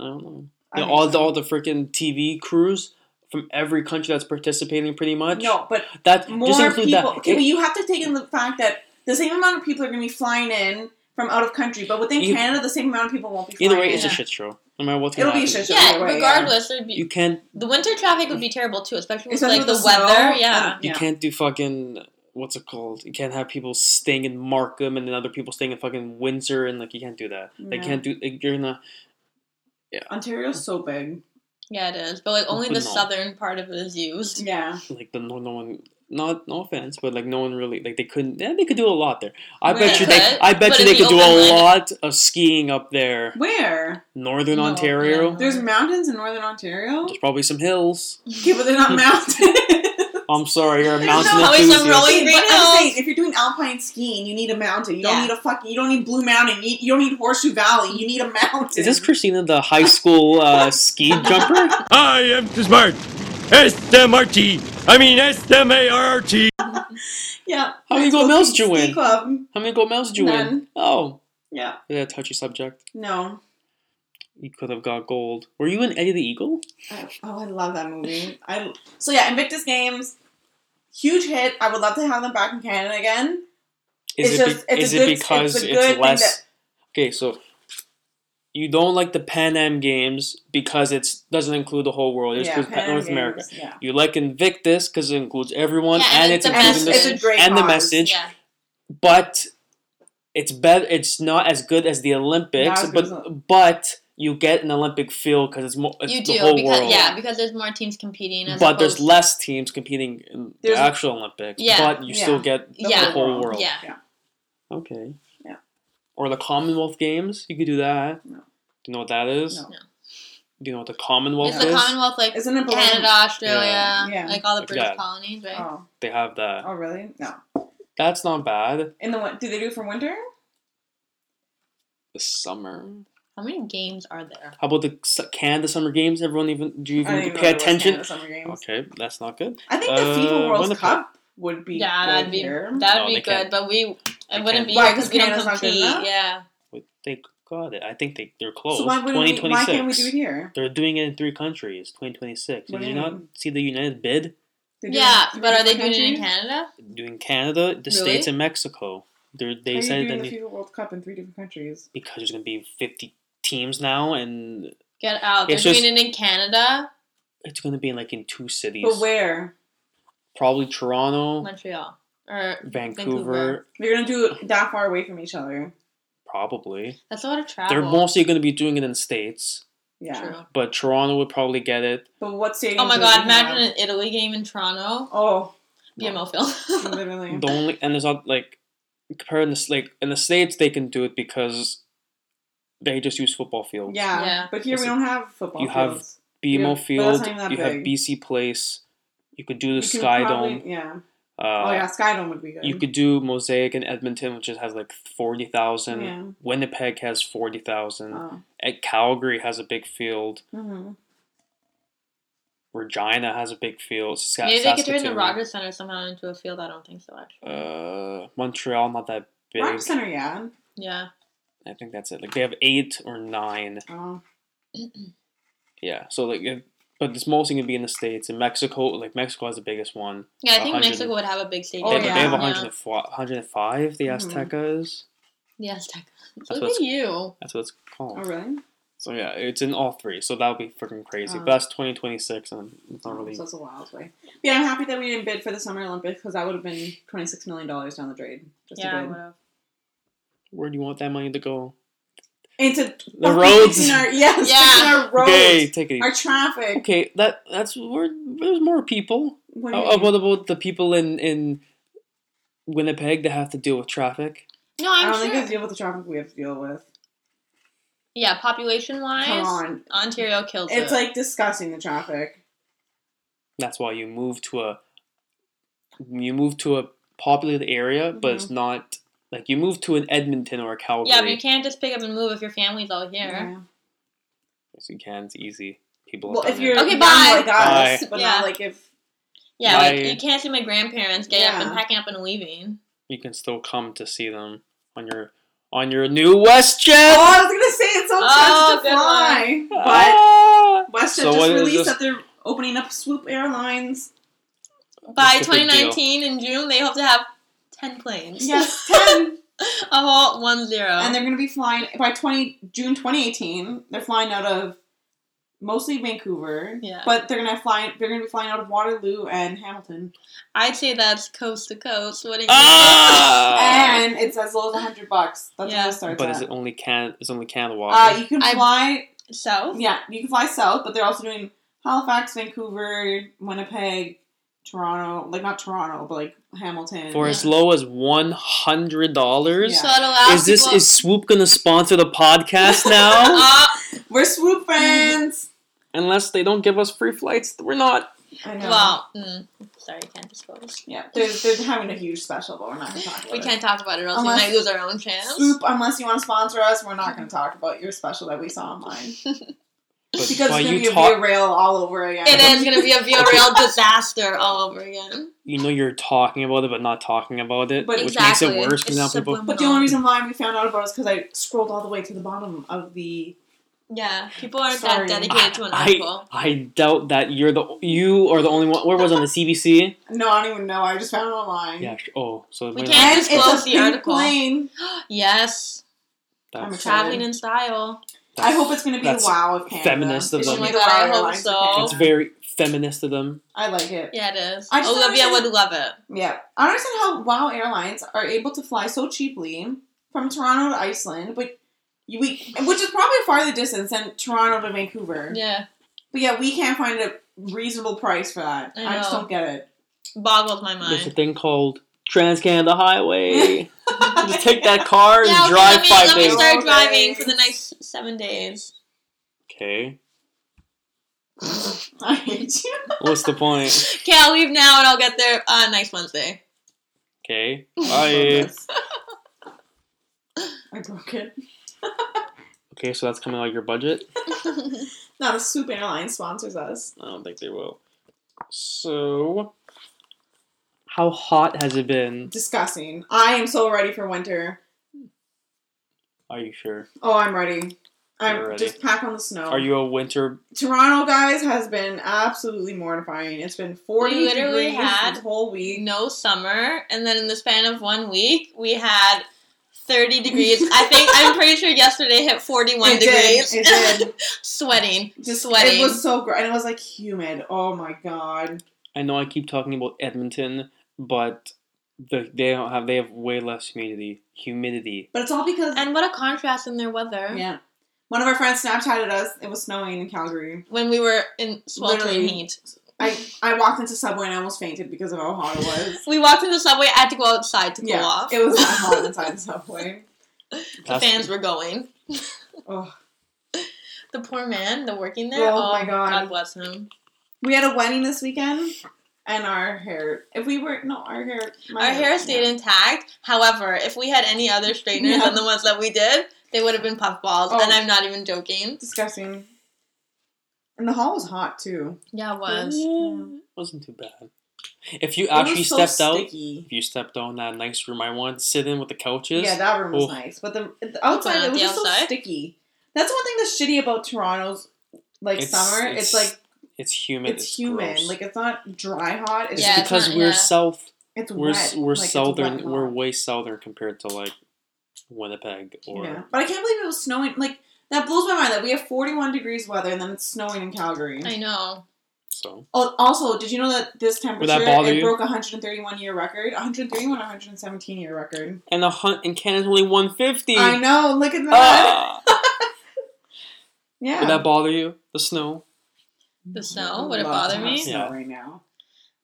Speaker 1: I don't know.
Speaker 2: I
Speaker 1: You know,
Speaker 2: think
Speaker 1: all the
Speaker 2: so.
Speaker 1: all the freaking TV crews from every country that's participating, pretty much.
Speaker 2: no, but
Speaker 1: that
Speaker 2: more
Speaker 1: just include
Speaker 2: people.
Speaker 1: that.
Speaker 2: Okay,
Speaker 1: It-
Speaker 2: well, you have to take in the fact that the same amount of people are going to be flying in from out of country, but within
Speaker 1: You-
Speaker 2: Canada, the same amount of people won't be. Flying
Speaker 1: either way,
Speaker 2: in.
Speaker 1: it's a
Speaker 3: Yeah.
Speaker 1: shit show. No matter what's gonna
Speaker 2: it'll be a
Speaker 1: happen.
Speaker 2: shit show.
Speaker 3: Yeah,
Speaker 2: either way,
Speaker 3: regardless, there'd be
Speaker 1: You can't
Speaker 3: the winter traffic would be terrible too, especially with
Speaker 2: Especially
Speaker 3: like
Speaker 2: with
Speaker 3: the,
Speaker 2: the
Speaker 3: weather.
Speaker 2: snow.
Speaker 3: Yeah,
Speaker 1: you
Speaker 2: Yeah.
Speaker 1: can't do fucking what's it called? You can't have people staying in Markham and then other people staying in fucking Windsor, and like you can't do that. They
Speaker 2: No.
Speaker 1: can't do. Like, you're gonna
Speaker 2: Ontario's so big.
Speaker 3: Yeah, it is. But like only the
Speaker 1: No.
Speaker 3: southern part of it is used.
Speaker 2: Yeah.
Speaker 1: like the no no one. Not no offense, but like no one really like they couldn't. Yeah, they could do a lot there. I
Speaker 3: Well,
Speaker 1: bet
Speaker 3: they
Speaker 1: you they.
Speaker 3: could,
Speaker 1: I bet
Speaker 3: but
Speaker 1: you
Speaker 3: it'd
Speaker 1: they
Speaker 3: be
Speaker 1: could do
Speaker 3: open
Speaker 1: a
Speaker 3: land.
Speaker 1: lot of skiing up there,
Speaker 2: Where?
Speaker 1: northern
Speaker 3: No,
Speaker 1: Ontario.
Speaker 3: yeah.
Speaker 2: There's mountains in northern Ontario?
Speaker 1: There's probably some hills.
Speaker 2: Okay, but they're not mountains.
Speaker 1: I'm sorry, you're a
Speaker 2: There's
Speaker 1: mountain
Speaker 2: probably
Speaker 3: some
Speaker 1: enthusiast.
Speaker 3: rolling-
Speaker 2: Okay, but
Speaker 3: Green
Speaker 2: I'm
Speaker 3: Hills.
Speaker 2: saying, if you're doing alpine skiing, you need a mountain. You don't
Speaker 3: Yeah.
Speaker 2: need a fucking. You don't need Blue Mountain. You, you don't need Horseshoe Valley. You need a mountain.
Speaker 1: Is this Christina, the high school uh, ski jumper?
Speaker 4: I am smart. S-M-R-T. I mean S-M-A-R-T.
Speaker 2: Yeah.
Speaker 1: How many
Speaker 2: Let's
Speaker 1: gold
Speaker 2: go
Speaker 1: medals
Speaker 2: ski-
Speaker 1: did you
Speaker 2: ski
Speaker 1: win?
Speaker 2: Club.
Speaker 1: How many gold medals did you win?
Speaker 2: None.
Speaker 1: Oh,
Speaker 2: Yeah.
Speaker 1: yeah, touchy subject.
Speaker 2: No.
Speaker 1: You could have got gold. Were you in Eddie the Eagle?
Speaker 2: I, oh, I love that movie. I so yeah, Invictus Games, huge hit. I would love to have them back in Canada again.
Speaker 1: Is
Speaker 2: It's
Speaker 1: it
Speaker 2: just-
Speaker 1: be-
Speaker 2: it's
Speaker 1: is
Speaker 2: a
Speaker 1: it
Speaker 2: good- it's
Speaker 1: because
Speaker 2: a
Speaker 1: it's,
Speaker 2: good thing
Speaker 1: less?
Speaker 2: that-
Speaker 1: Okay, so you don't like the Pan Am Games because it doesn't include the whole world. It just
Speaker 2: yeah,
Speaker 1: includes
Speaker 2: Pan Am
Speaker 1: North
Speaker 2: Games,
Speaker 1: America.
Speaker 2: Yeah.
Speaker 1: You like Invictus because it includes everyone
Speaker 3: Yeah,
Speaker 1: and,
Speaker 3: and
Speaker 1: it's
Speaker 3: it's the
Speaker 2: And
Speaker 1: including
Speaker 2: it's,
Speaker 1: the
Speaker 3: message.
Speaker 2: it's a great
Speaker 1: and the
Speaker 2: cause.
Speaker 1: message,
Speaker 3: Yeah.
Speaker 1: but it's better. It's not as good as the Olympics,
Speaker 2: as good as the-
Speaker 1: but but you get an Olympic feel because it's more it's
Speaker 3: you
Speaker 1: the
Speaker 3: do
Speaker 1: whole
Speaker 3: because
Speaker 1: world.
Speaker 3: yeah, because there's more teams competing as
Speaker 1: but there's
Speaker 3: opposed-
Speaker 1: less teams competing in
Speaker 2: There's-
Speaker 1: the actual Olympics.
Speaker 3: Yeah.
Speaker 1: but you still
Speaker 2: Yeah.
Speaker 1: get
Speaker 2: The
Speaker 3: yeah.
Speaker 1: whole world.
Speaker 3: Yeah.
Speaker 1: okay.
Speaker 2: Yeah.
Speaker 1: Or the Commonwealth Games, you could do that.
Speaker 2: No.
Speaker 1: Do you know what that is?
Speaker 2: No.
Speaker 3: No.
Speaker 1: Do you know what the Commonwealth
Speaker 3: It's
Speaker 1: is?
Speaker 3: the Commonwealth like
Speaker 2: Isn't it Bologna?
Speaker 3: Canada, Australia,
Speaker 1: Yeah.
Speaker 2: Yeah.
Speaker 3: like all the
Speaker 1: Like
Speaker 3: British
Speaker 1: that.
Speaker 3: colonies, right?
Speaker 2: Oh,
Speaker 1: they have that.
Speaker 2: oh, really? No.
Speaker 1: That's not bad.
Speaker 2: In the win- do they do it for winter?
Speaker 1: The summer.
Speaker 3: How many games are there?
Speaker 1: How about the Su- Canada Summer Games? Everyone even do you
Speaker 2: I
Speaker 1: even,
Speaker 2: don't even know
Speaker 1: pay
Speaker 2: there was
Speaker 1: attention?
Speaker 2: Canada Summer Games.
Speaker 1: Okay, that's not good.
Speaker 2: I think the
Speaker 1: Uh,
Speaker 2: FIFA World
Speaker 1: Winnipeg.
Speaker 2: Cup would be
Speaker 3: yeah,
Speaker 2: good
Speaker 3: that'd be
Speaker 2: here.
Speaker 3: that'd
Speaker 1: No,
Speaker 3: be
Speaker 1: they
Speaker 3: good,
Speaker 1: can't.
Speaker 3: but we it
Speaker 1: They
Speaker 3: wouldn't be
Speaker 2: Why,
Speaker 3: because
Speaker 2: 'cause
Speaker 3: we don't
Speaker 2: Canada's not good
Speaker 3: compete.
Speaker 2: enough?
Speaker 3: Yeah,
Speaker 1: But They got it. I think they they're close.
Speaker 2: So why wouldn't we,
Speaker 1: 2026.
Speaker 2: Why can't we do it here?
Speaker 1: They're doing it in three countries. 2026.
Speaker 2: What
Speaker 1: Did
Speaker 2: do
Speaker 1: you
Speaker 2: you
Speaker 1: not
Speaker 2: mean?
Speaker 1: see the United bid?
Speaker 2: They do
Speaker 3: yeah,
Speaker 2: it in
Speaker 3: but are they
Speaker 2: different
Speaker 3: doing it in
Speaker 2: countries?
Speaker 3: Canada?
Speaker 1: doing Canada, the
Speaker 3: Really?
Speaker 1: states, and Mexico. They're, they
Speaker 2: How are
Speaker 1: said that
Speaker 2: you doing the
Speaker 1: they-
Speaker 2: FIFA World Cup in three different countries?
Speaker 1: because there's gonna be 50 teams now, and
Speaker 3: Get out! They're
Speaker 1: It's just-
Speaker 3: doing it in Canada,
Speaker 1: it's gonna be like in two cities,
Speaker 2: But where?
Speaker 1: probably Toronto,
Speaker 3: Montreal, or
Speaker 1: Vancouver,
Speaker 3: Vancouver.
Speaker 2: They're gonna do it that far away from each other.
Speaker 1: probably.
Speaker 3: that's a lot of travel.
Speaker 1: They're mostly gonna be doing it in states,
Speaker 2: Yeah.
Speaker 3: True.
Speaker 1: but Toronto would probably get it.
Speaker 2: But what stadium?
Speaker 3: Oh my
Speaker 2: do
Speaker 3: God!
Speaker 2: we
Speaker 3: Imagine
Speaker 2: have?
Speaker 3: an Italy game in Toronto.
Speaker 2: Oh,
Speaker 3: BMO film.
Speaker 2: literally.
Speaker 1: The only and there's not like compared in the like in the states they can do it because they just use football field.
Speaker 2: Yeah.
Speaker 3: Yeah.
Speaker 2: But here we
Speaker 1: It's-
Speaker 2: don't have football.
Speaker 1: you have
Speaker 2: fields. Yeah,
Speaker 1: BMO
Speaker 2: but that's
Speaker 1: Field,
Speaker 2: not even that
Speaker 1: you have
Speaker 2: big.
Speaker 1: BC Place, you could do
Speaker 2: You
Speaker 1: the
Speaker 2: could
Speaker 1: Sky
Speaker 2: probably-
Speaker 1: Dome.
Speaker 2: Yeah.
Speaker 1: Uh,
Speaker 2: oh yeah, Sky Dome would be good.
Speaker 1: You could do Mosaic in Edmonton, which just has like forty thousand.
Speaker 2: Yeah.
Speaker 1: Winnipeg has forty thousand.
Speaker 2: Oh.
Speaker 1: At Calgary has a big field.
Speaker 2: hmm
Speaker 1: Regina has a big field. Sask-
Speaker 3: Maybe they could turn the
Speaker 1: Saskatoon.
Speaker 3: Rogers Center somehow into a field. I don't think so. Actually,
Speaker 1: Uh, Montreal not that big.
Speaker 2: Rock Center, yeah.
Speaker 3: yeah.
Speaker 1: I think that's it. Like they have eight or nine.
Speaker 2: Oh.
Speaker 1: Yeah. So like, if, but it's mostly gonna be in the states. In Mexico, like Mexico has the biggest one.
Speaker 3: Yeah, I think
Speaker 1: 100.
Speaker 3: Mexico would have a big stadium.
Speaker 2: Oh,
Speaker 1: they, have- they have
Speaker 2: yeah. Mm-hmm.
Speaker 1: 100 and fi- 105, the Aztecas.
Speaker 3: Yeah, Azteca.
Speaker 1: That's
Speaker 3: Look
Speaker 1: what's-
Speaker 3: at you.
Speaker 1: That's what it's called.
Speaker 2: Oh really?
Speaker 1: So yeah, it's in all three. So that would be freaking crazy.
Speaker 2: Oh.
Speaker 1: but that's 2026, and it's not really.
Speaker 2: So that's a wild way. But yeah, I'm happy that we didn't bid for the Summer Olympics because that would have been twenty six million dollars down the drain. Just
Speaker 3: Yeah, I
Speaker 2: a bid.
Speaker 3: would've.
Speaker 1: Where do you want that money to go?
Speaker 2: Into
Speaker 1: The roads.
Speaker 2: Our, yes,
Speaker 3: Yeah.
Speaker 2: fixing our roads.
Speaker 1: Okay, take it.
Speaker 2: Our
Speaker 1: Easy.
Speaker 2: traffic.
Speaker 1: Okay, that that's where there's more people.
Speaker 2: What do you
Speaker 1: Oh, oh,
Speaker 2: mean?
Speaker 1: what about the people in in Winnipeg that have to deal with traffic?
Speaker 3: No,
Speaker 2: I
Speaker 3: I'm
Speaker 2: don't think we
Speaker 3: sure.
Speaker 2: have to deal with the traffic we have to deal with.
Speaker 3: Yeah, population
Speaker 2: Come
Speaker 3: wise,
Speaker 2: on.
Speaker 3: Ontario kills
Speaker 2: It's
Speaker 3: it.
Speaker 2: like disgusting the traffic.
Speaker 1: That's why you move to a you move to a populated area, but
Speaker 2: Mm-hmm.
Speaker 1: it's not like you move to an Edmonton or a Calgary.
Speaker 3: yeah, but you can't just pick up and move if your family's all here.
Speaker 2: Yeah.
Speaker 1: Yes, you can. It's easy. People. have
Speaker 2: Well, if
Speaker 1: done it.
Speaker 2: you're
Speaker 3: Okay,
Speaker 2: young
Speaker 3: bye.
Speaker 2: like us,
Speaker 1: Bye.
Speaker 2: but
Speaker 3: Yeah.
Speaker 2: not like if
Speaker 3: Yeah,
Speaker 1: My-
Speaker 3: like you can't see my grandparents getting up and
Speaker 2: Yeah.
Speaker 3: packing up and leaving.
Speaker 1: you can still come to see them on your on your new WestJet.
Speaker 2: Oh, I was gonna say it's so
Speaker 3: Oh,
Speaker 2: expensive
Speaker 3: good
Speaker 2: to fly, but
Speaker 1: Ah!
Speaker 2: WestJet
Speaker 1: So what
Speaker 2: just
Speaker 1: is
Speaker 2: released
Speaker 1: this-
Speaker 2: that they're opening up Swoop Airlines.
Speaker 3: By
Speaker 1: That's a big deal.
Speaker 3: 2019 in June, they hope to have 10 planes.
Speaker 2: Yes, ten,
Speaker 3: a whole one zero.
Speaker 2: and they're gonna be flying by twenty June twenty eighteen. They're flying out of mostly Vancouver.
Speaker 3: Yeah.
Speaker 2: But they're gonna fly. They're gonna be flying out of Waterloo and Hamilton,
Speaker 3: I'd say that's coast to coast. What do you
Speaker 1: Ah!
Speaker 2: and it's as low as hundred bucks. That's
Speaker 3: Oh. Yeah.
Speaker 2: where it starts.
Speaker 1: But
Speaker 2: at.
Speaker 1: is it only can? Is only Canada water?
Speaker 2: Uh, you can
Speaker 3: I-
Speaker 2: fly.
Speaker 3: South?
Speaker 2: Yeah, you can fly south, but they're also doing Halifax, Vancouver, Winnipeg, Toronto. Like not Toronto, but like Hamilton.
Speaker 1: For as low as one hundred dollars.
Speaker 3: So it'll ask
Speaker 1: Is this
Speaker 3: people-
Speaker 1: is Swoop gonna sponsor the podcast
Speaker 2: Uh,
Speaker 1: now?
Speaker 3: Ah,
Speaker 2: We're swoop fans.
Speaker 1: Unless they don't give us free flights, we're not.
Speaker 2: I know.
Speaker 3: well, mm, sorry, can't disclose.
Speaker 2: Yeah, they're, they're having a huge special, but we're not gonna talk about
Speaker 3: We
Speaker 2: it.
Speaker 3: can't talk about it, or else
Speaker 2: Unless-
Speaker 3: we might lose our own channels.
Speaker 2: Swoop, unless you want to sponsor us, we're not going to talk about your special that we saw online.
Speaker 1: But
Speaker 2: Because
Speaker 1: while
Speaker 2: it's going
Speaker 1: you
Speaker 2: to be
Speaker 1: talk,
Speaker 2: a rail all over again.
Speaker 3: It is going to be a VRL disaster all over again.
Speaker 1: you know you're talking about it, but not talking about it,
Speaker 2: But-
Speaker 1: which
Speaker 3: exactly.
Speaker 1: makes it worse. Because
Speaker 3: It's
Speaker 1: now people,
Speaker 3: subliminal.
Speaker 2: But the only reason why we found out about it is because I scrolled all the way to the bottom of the.
Speaker 3: Yeah, people aren't
Speaker 2: Sorry.
Speaker 3: that dedicated to an
Speaker 1: I-
Speaker 3: article.
Speaker 1: I doubt that you're the you are the only one. Where was it, on the CBC?
Speaker 2: No, I don't even know. I just found it online.
Speaker 1: Yeah. sh- Oh, so
Speaker 3: We
Speaker 1: wait,
Speaker 3: can't-
Speaker 2: And
Speaker 3: Disclose
Speaker 2: it's a
Speaker 3: the
Speaker 2: pink
Speaker 3: article.
Speaker 2: plane.
Speaker 3: yes,
Speaker 1: that's-
Speaker 2: I'm a child.
Speaker 3: traveling in style.
Speaker 2: I hope it's going to be the
Speaker 1: That's
Speaker 2: wow of Canada.
Speaker 1: feminist of
Speaker 2: It
Speaker 1: them.
Speaker 2: should be
Speaker 1: Oh my
Speaker 2: the
Speaker 3: God, I
Speaker 2: wow
Speaker 3: hope
Speaker 2: airlines of
Speaker 3: so.
Speaker 2: Canada.
Speaker 1: It's very feminist of them.
Speaker 2: I like it.
Speaker 3: Yeah, it is.
Speaker 2: I just don't
Speaker 3: Olivia
Speaker 2: understand-
Speaker 3: would love it.
Speaker 2: Yeah. I don't understand how Wow Airlines are able to fly so cheaply from Toronto to Iceland, but you, we, which is probably a farther distance than Toronto to Vancouver.
Speaker 3: Yeah,
Speaker 2: But yeah, we can't find a reasonable price for that.
Speaker 3: I
Speaker 2: I, just
Speaker 3: know.
Speaker 2: don't get it.
Speaker 3: boggles my
Speaker 1: There's a
Speaker 3: mind.
Speaker 1: thing called Trans Canada Highway. Just take that car and
Speaker 3: Yeah, okay,
Speaker 1: drive
Speaker 3: let me,
Speaker 1: five
Speaker 3: let
Speaker 1: days.
Speaker 3: me start driving
Speaker 2: Alright.
Speaker 3: for the next seven days.
Speaker 1: Okay.
Speaker 2: I hate you.
Speaker 1: What's the point?
Speaker 3: Okay, I'll leave now and I'll get there uh, next Wednesday.
Speaker 1: Okay.
Speaker 3: Oh,
Speaker 2: I
Speaker 1: Bye.
Speaker 2: love this. I broke it.
Speaker 1: okay, so that's coming out of your budget?
Speaker 2: Not a Swoop airline sponsors us.
Speaker 1: I don't think they will. So, how hot has it been?
Speaker 2: Disgusting. I am so ready for winter.
Speaker 1: Are you sure?
Speaker 2: Oh, I'm ready. I'm
Speaker 1: You're ready.
Speaker 2: just pack on the snow.
Speaker 1: Are you a winter?
Speaker 2: Toronto guys has been absolutely mortifying. It's been 40
Speaker 3: We literally
Speaker 2: degrees
Speaker 3: had
Speaker 2: this whole week.
Speaker 3: no summer, and then in the span of one week, we had 30 degrees. I think I'm pretty sure yesterday hit 41
Speaker 2: It
Speaker 3: degrees.
Speaker 2: did. It did.
Speaker 3: sweating,
Speaker 2: Just
Speaker 3: sweating.
Speaker 2: It was so great, and it was like humid. Oh my god.
Speaker 1: I know I keep talking about Edmonton, but the, they don't have they have way less humidity. Humidity.
Speaker 2: But it's all because
Speaker 3: and what a contrast in their weather.
Speaker 2: Yeah. One of our friends Snapchatted us. It was snowing in Calgary.
Speaker 3: When we were in sweltering
Speaker 2: Literally.
Speaker 3: heat,
Speaker 2: I, I walked into Subway and I almost fainted because of how hot it was.
Speaker 3: we walked in the subway. I had to go outside to cool
Speaker 2: yeah,
Speaker 3: off.
Speaker 2: it was that hot inside Subway.
Speaker 3: the
Speaker 1: That's-
Speaker 3: fans were going.
Speaker 2: Oh.
Speaker 3: The poor man, the working there.
Speaker 2: Oh my God.
Speaker 3: God bless him.
Speaker 2: We had a wedding this weekend, and our hair. If we were no, our hair. my
Speaker 3: Our hair stayed intact. However, if we had any other straighteners
Speaker 2: Yeah.
Speaker 3: than the ones that we did, they would have been puffballs.
Speaker 2: Oh.
Speaker 3: And I'm not even joking.
Speaker 2: Disgusting. And the hall was hot too.
Speaker 3: Yeah, it was.
Speaker 1: Yeah, Eh, wasn't too bad. If you
Speaker 2: It was
Speaker 1: actually
Speaker 2: so
Speaker 1: stepped out,
Speaker 2: sticky.
Speaker 1: if you stepped out in that nice room I wanted to sit in with the couches,
Speaker 2: Yeah, that room was
Speaker 1: Oof.
Speaker 2: nice, but the, the outside
Speaker 3: not
Speaker 2: it was
Speaker 3: the
Speaker 2: just so
Speaker 3: outside?
Speaker 2: sticky. That's one thing that's shitty about Toronto's like
Speaker 1: It's-
Speaker 2: summer.
Speaker 1: it's
Speaker 2: It's, like
Speaker 1: it's humid.
Speaker 2: it's, humid.
Speaker 1: gross.
Speaker 2: Like it's not dry hot. It's
Speaker 1: it's
Speaker 3: Yeah,
Speaker 2: just
Speaker 3: it's
Speaker 1: because
Speaker 3: not-
Speaker 1: we're
Speaker 3: yeah.
Speaker 1: south.
Speaker 2: It's
Speaker 1: We're
Speaker 2: wet.
Speaker 1: we're
Speaker 2: like, it's
Speaker 1: southern.
Speaker 2: wet and
Speaker 1: we're
Speaker 2: hot.
Speaker 1: way southern compared to like Winnipeg or
Speaker 2: yeah. But I can't believe it was snowing. Like that blows my mind that we have 41 degrees weather and then it's snowing in Calgary.
Speaker 1: Mm.
Speaker 3: I know.
Speaker 1: so.
Speaker 2: Al- Also, did you know that this
Speaker 1: that
Speaker 2: temperature
Speaker 1: bother
Speaker 2: it
Speaker 1: you?
Speaker 2: broke a 131 year record, 131, 117 year record.
Speaker 1: And the hunt in Canada's only one fifty.
Speaker 2: I know. Look at that.
Speaker 1: Ah!
Speaker 2: yeah.
Speaker 1: Did that bother you? The snow.
Speaker 3: The snow? Would
Speaker 2: I
Speaker 3: it
Speaker 2: love
Speaker 3: bother
Speaker 2: to
Speaker 3: me?
Speaker 2: have snow
Speaker 1: Yeah.
Speaker 2: Right now.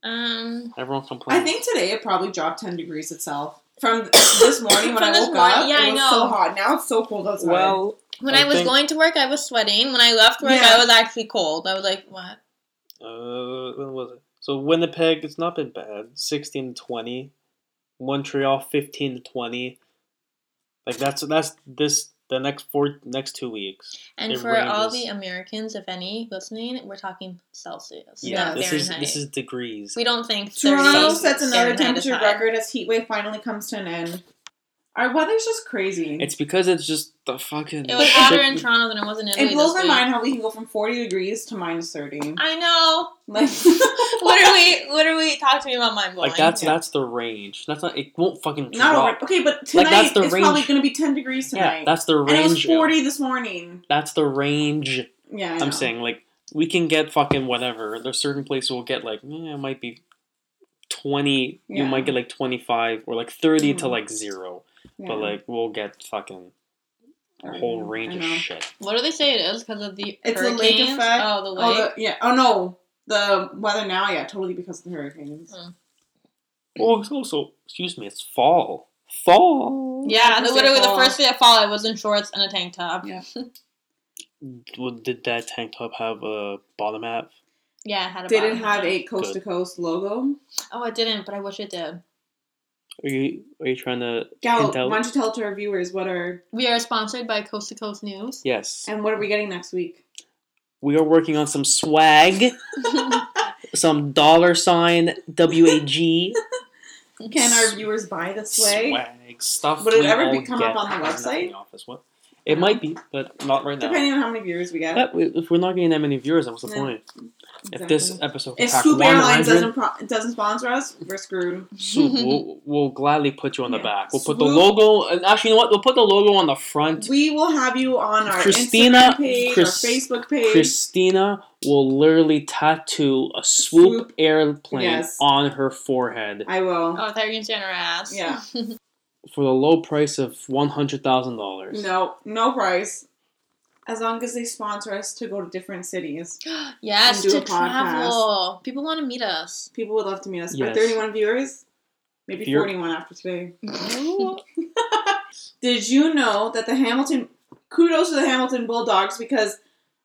Speaker 3: Um,
Speaker 1: Everyone complains.
Speaker 2: I think today it probably dropped 10 degrees itself. From this morning when
Speaker 3: From
Speaker 2: I
Speaker 3: this
Speaker 2: woke
Speaker 3: morning,
Speaker 2: up, it
Speaker 3: yeah, I
Speaker 2: was
Speaker 3: know.
Speaker 2: so hot. Now it's so cold outside.
Speaker 1: Well,
Speaker 3: when
Speaker 1: I
Speaker 3: I, was
Speaker 1: think-
Speaker 3: going to work, I was sweating. When I left work,
Speaker 2: Yeah.
Speaker 3: I was actually cold. I was like, "What?"
Speaker 1: uh, when was it? So Winnipeg, it's not been bad. Sixteen to twenty. Montreal, fifteen to twenty. Like that's that's this the next four next two weeks.
Speaker 3: And
Speaker 1: It
Speaker 3: for all
Speaker 1: ranges.
Speaker 3: the Americans, if any, listening, we're talking Celsius.
Speaker 1: Yeah,
Speaker 2: Oh,
Speaker 3: not
Speaker 1: this
Speaker 3: Fahrenheit.
Speaker 1: is this is degrees.
Speaker 3: we don't think
Speaker 2: Toronto
Speaker 3: 30
Speaker 2: sets another
Speaker 3: Fahrenheit is
Speaker 2: temperature
Speaker 3: high.
Speaker 2: record as heat wave finally comes to an end. Our weather's just crazy.
Speaker 1: It's because it's just the fucking.
Speaker 3: It was
Speaker 1: shit
Speaker 3: hotter in
Speaker 1: we-
Speaker 3: Toronto than it was in Italy.
Speaker 2: it blows my
Speaker 3: this week.
Speaker 2: mind how we can go from 40 degrees to minus 30.
Speaker 3: I know.
Speaker 2: Like,
Speaker 3: Literally, literally, talk to me about mind blowing.
Speaker 1: Like that's
Speaker 2: yeah.
Speaker 1: that's the range. That's not. It won't fucking
Speaker 2: not
Speaker 1: drop.
Speaker 2: over. Okay, but
Speaker 1: Like,
Speaker 2: tonight
Speaker 1: that's the
Speaker 2: it's probably
Speaker 1: range.
Speaker 2: going to be 10 degrees
Speaker 1: yeah,
Speaker 2: tonight.
Speaker 1: that's the
Speaker 2: and it was
Speaker 1: range.
Speaker 2: 40 this morning.
Speaker 1: That's the range.
Speaker 2: Yeah, I know.
Speaker 1: I'm saying like we can get fucking whatever. There's certain places we'll get like, eh, it might be 20, you
Speaker 2: Yeah.
Speaker 1: might get like 25 or like 30 to
Speaker 2: Mhm.
Speaker 1: like zero.
Speaker 2: Yeah.
Speaker 1: But like, we'll get fucking a whole range of
Speaker 2: I know.
Speaker 1: shit.
Speaker 3: What do they say it is because of the
Speaker 2: It's the
Speaker 3: hurricanes?
Speaker 2: lake effect.
Speaker 3: Oh, the lake.
Speaker 2: Oh, the, yeah. Oh no, the weather now. Yeah, totally because of the hurricanes.
Speaker 1: Well, Oh, it's also, excuse me, it's fall. Fall.
Speaker 2: First
Speaker 3: yeah,
Speaker 2: day
Speaker 3: the,
Speaker 2: of
Speaker 3: literally the
Speaker 2: fall.
Speaker 3: first day of fall, I was in shorts and a tank top.
Speaker 2: Yeah.
Speaker 1: Well, Did that tank top have a bottom half?
Speaker 3: Yeah, I had a
Speaker 2: They didn't
Speaker 3: bottom
Speaker 2: have
Speaker 3: half.
Speaker 2: a coast to coast logo.
Speaker 3: Oh, it didn't, but I wish it did.
Speaker 1: Are you are you trying to
Speaker 2: Gal,
Speaker 1: Hint out.
Speaker 2: why don't you tell to our viewers what are
Speaker 3: We are sponsored by Coast to Coast News.
Speaker 1: Yes.
Speaker 2: and what are we getting next week?
Speaker 1: We are working on some swag, some dollar sign WAG
Speaker 2: Can our viewers buy this way?
Speaker 1: swag stuff.
Speaker 2: Would it
Speaker 1: we
Speaker 2: ever
Speaker 1: all
Speaker 2: be- come up
Speaker 1: get
Speaker 2: on the
Speaker 1: in
Speaker 2: website?
Speaker 1: the office. What? It might be, but not right now.
Speaker 2: Depending on how many viewers we get.
Speaker 1: That- if we're not getting that many viewers, then what's the
Speaker 2: Yeah,
Speaker 1: point? If
Speaker 2: Exactly.
Speaker 1: this uh, episode can
Speaker 2: if
Speaker 1: pack
Speaker 2: Scoop
Speaker 1: 100,
Speaker 2: Airlines doesn't pro- doesn't sponsor us, we're screwed.
Speaker 1: Swoop, we'll, we'll gladly put you on the
Speaker 2: Yeah.
Speaker 1: back. We'll put the
Speaker 2: Swoop.
Speaker 1: logo, and actually, you know what? We'll put the logo on the front.
Speaker 2: We will have you on our
Speaker 1: Christina-
Speaker 2: Instagram page,
Speaker 1: Chris-
Speaker 2: our Facebook page.
Speaker 1: Christina will literally tattoo a swoop,
Speaker 2: Swoop.
Speaker 1: airplane
Speaker 2: Yes.
Speaker 1: on her forehead
Speaker 2: I will.
Speaker 3: Oh, I thought you were gonna say on our ass.
Speaker 2: Yeah.
Speaker 1: for the low price of one hundred thousand dollars.
Speaker 2: No, no price. As long as they sponsor us to go to different cities,
Speaker 3: yes,
Speaker 2: And do
Speaker 3: to
Speaker 2: a podcast.
Speaker 3: travel. People want to meet us.
Speaker 2: people would love to meet us.
Speaker 1: Yes.
Speaker 2: But 31 viewers, maybe
Speaker 1: If you're-
Speaker 2: 41 after today.
Speaker 3: Ooh.
Speaker 2: Did you know that the Hamilton? Kudos to the Hamilton Bulldogs because,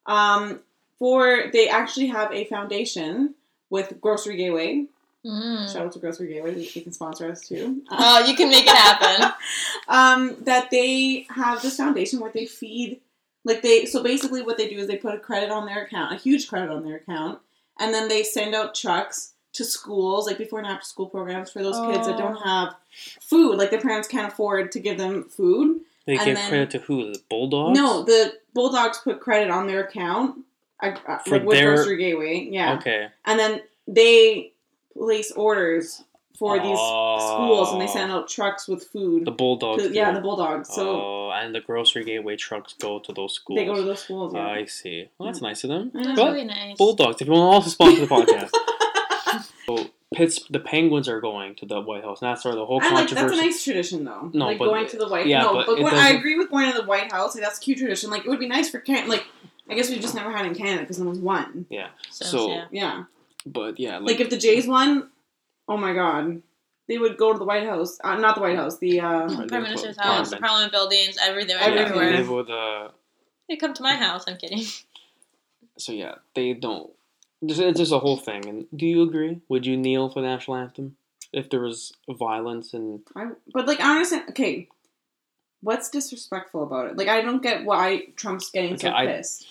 Speaker 2: um, for they actually have a foundation with Grocery Gateway.
Speaker 3: Mm.
Speaker 2: Shout out to Grocery Gateway. They can sponsor us too. Uh,
Speaker 3: Oh, you can make it happen.
Speaker 2: um, that they have this foundation where they feed, like they. So basically, what they do is they put a credit on their account, a huge credit on their account, and then they send out trucks to schools, like before and after school programs for those kids that
Speaker 3: Oh.
Speaker 2: don't have food, like their parents can't afford to give them food.
Speaker 1: They
Speaker 2: And
Speaker 1: give
Speaker 2: then-
Speaker 1: credit to who? The Bulldogs?
Speaker 2: No, the Bulldogs put credit on their account, uh, uh,
Speaker 1: For
Speaker 2: like with
Speaker 1: their-
Speaker 2: Grocery Gateway, yeah,
Speaker 1: Okay.
Speaker 2: and then they place orders for these schools, and they
Speaker 1: Oh.
Speaker 2: send out trucks with food.
Speaker 1: The Bulldogs.
Speaker 2: to- yeah,
Speaker 1: do.
Speaker 2: the Bulldogs. So.
Speaker 1: oh, and the grocery gateway trucks go to those schools.
Speaker 2: They go to those schools. Yeah. Mm.
Speaker 1: I see. Well, that's nice of them.
Speaker 2: Yeah.
Speaker 3: That's
Speaker 1: But
Speaker 3: really nice.
Speaker 1: Bulldogs, if you want to also sponsor the podcast. so Pitts, the Penguins are going to the White House, and that's where the whole
Speaker 2: I like
Speaker 1: controversy.
Speaker 2: that's a nice tradition though.
Speaker 1: No,
Speaker 2: like
Speaker 1: but-
Speaker 2: going to the White
Speaker 1: yeah,
Speaker 2: No,
Speaker 1: but
Speaker 2: but,
Speaker 1: it
Speaker 2: when, I
Speaker 1: doesn't-
Speaker 2: agree with going to the White House. Like that's a cute tradition. Like it would be nice for Canada. Like I guess we just never had it in Canada because no one's won.
Speaker 3: So,
Speaker 1: So-
Speaker 3: yeah.
Speaker 2: Yeah.
Speaker 1: but yeah,
Speaker 2: Like, if the Jays won, oh my god, they would go to the White House. Uh, not the White House. The uh,
Speaker 1: Right,
Speaker 3: Prime
Speaker 1: they
Speaker 3: Minister's
Speaker 1: put
Speaker 3: house,
Speaker 1: Parliament.
Speaker 3: Parliament buildings, everything,
Speaker 1: yeah,
Speaker 2: Everywhere.
Speaker 3: everywhere.
Speaker 1: they would, uh,
Speaker 3: They come to my house. I'm kidding.
Speaker 1: so yeah, they don't. There's, it's just a whole thing. And do you agree? Would you kneel for the national anthem if there was violence and
Speaker 2: I, but like I understand. Okay, what's disrespectful about it? Like I don't get why Trump's getting so
Speaker 1: Okay, I-
Speaker 2: pissed.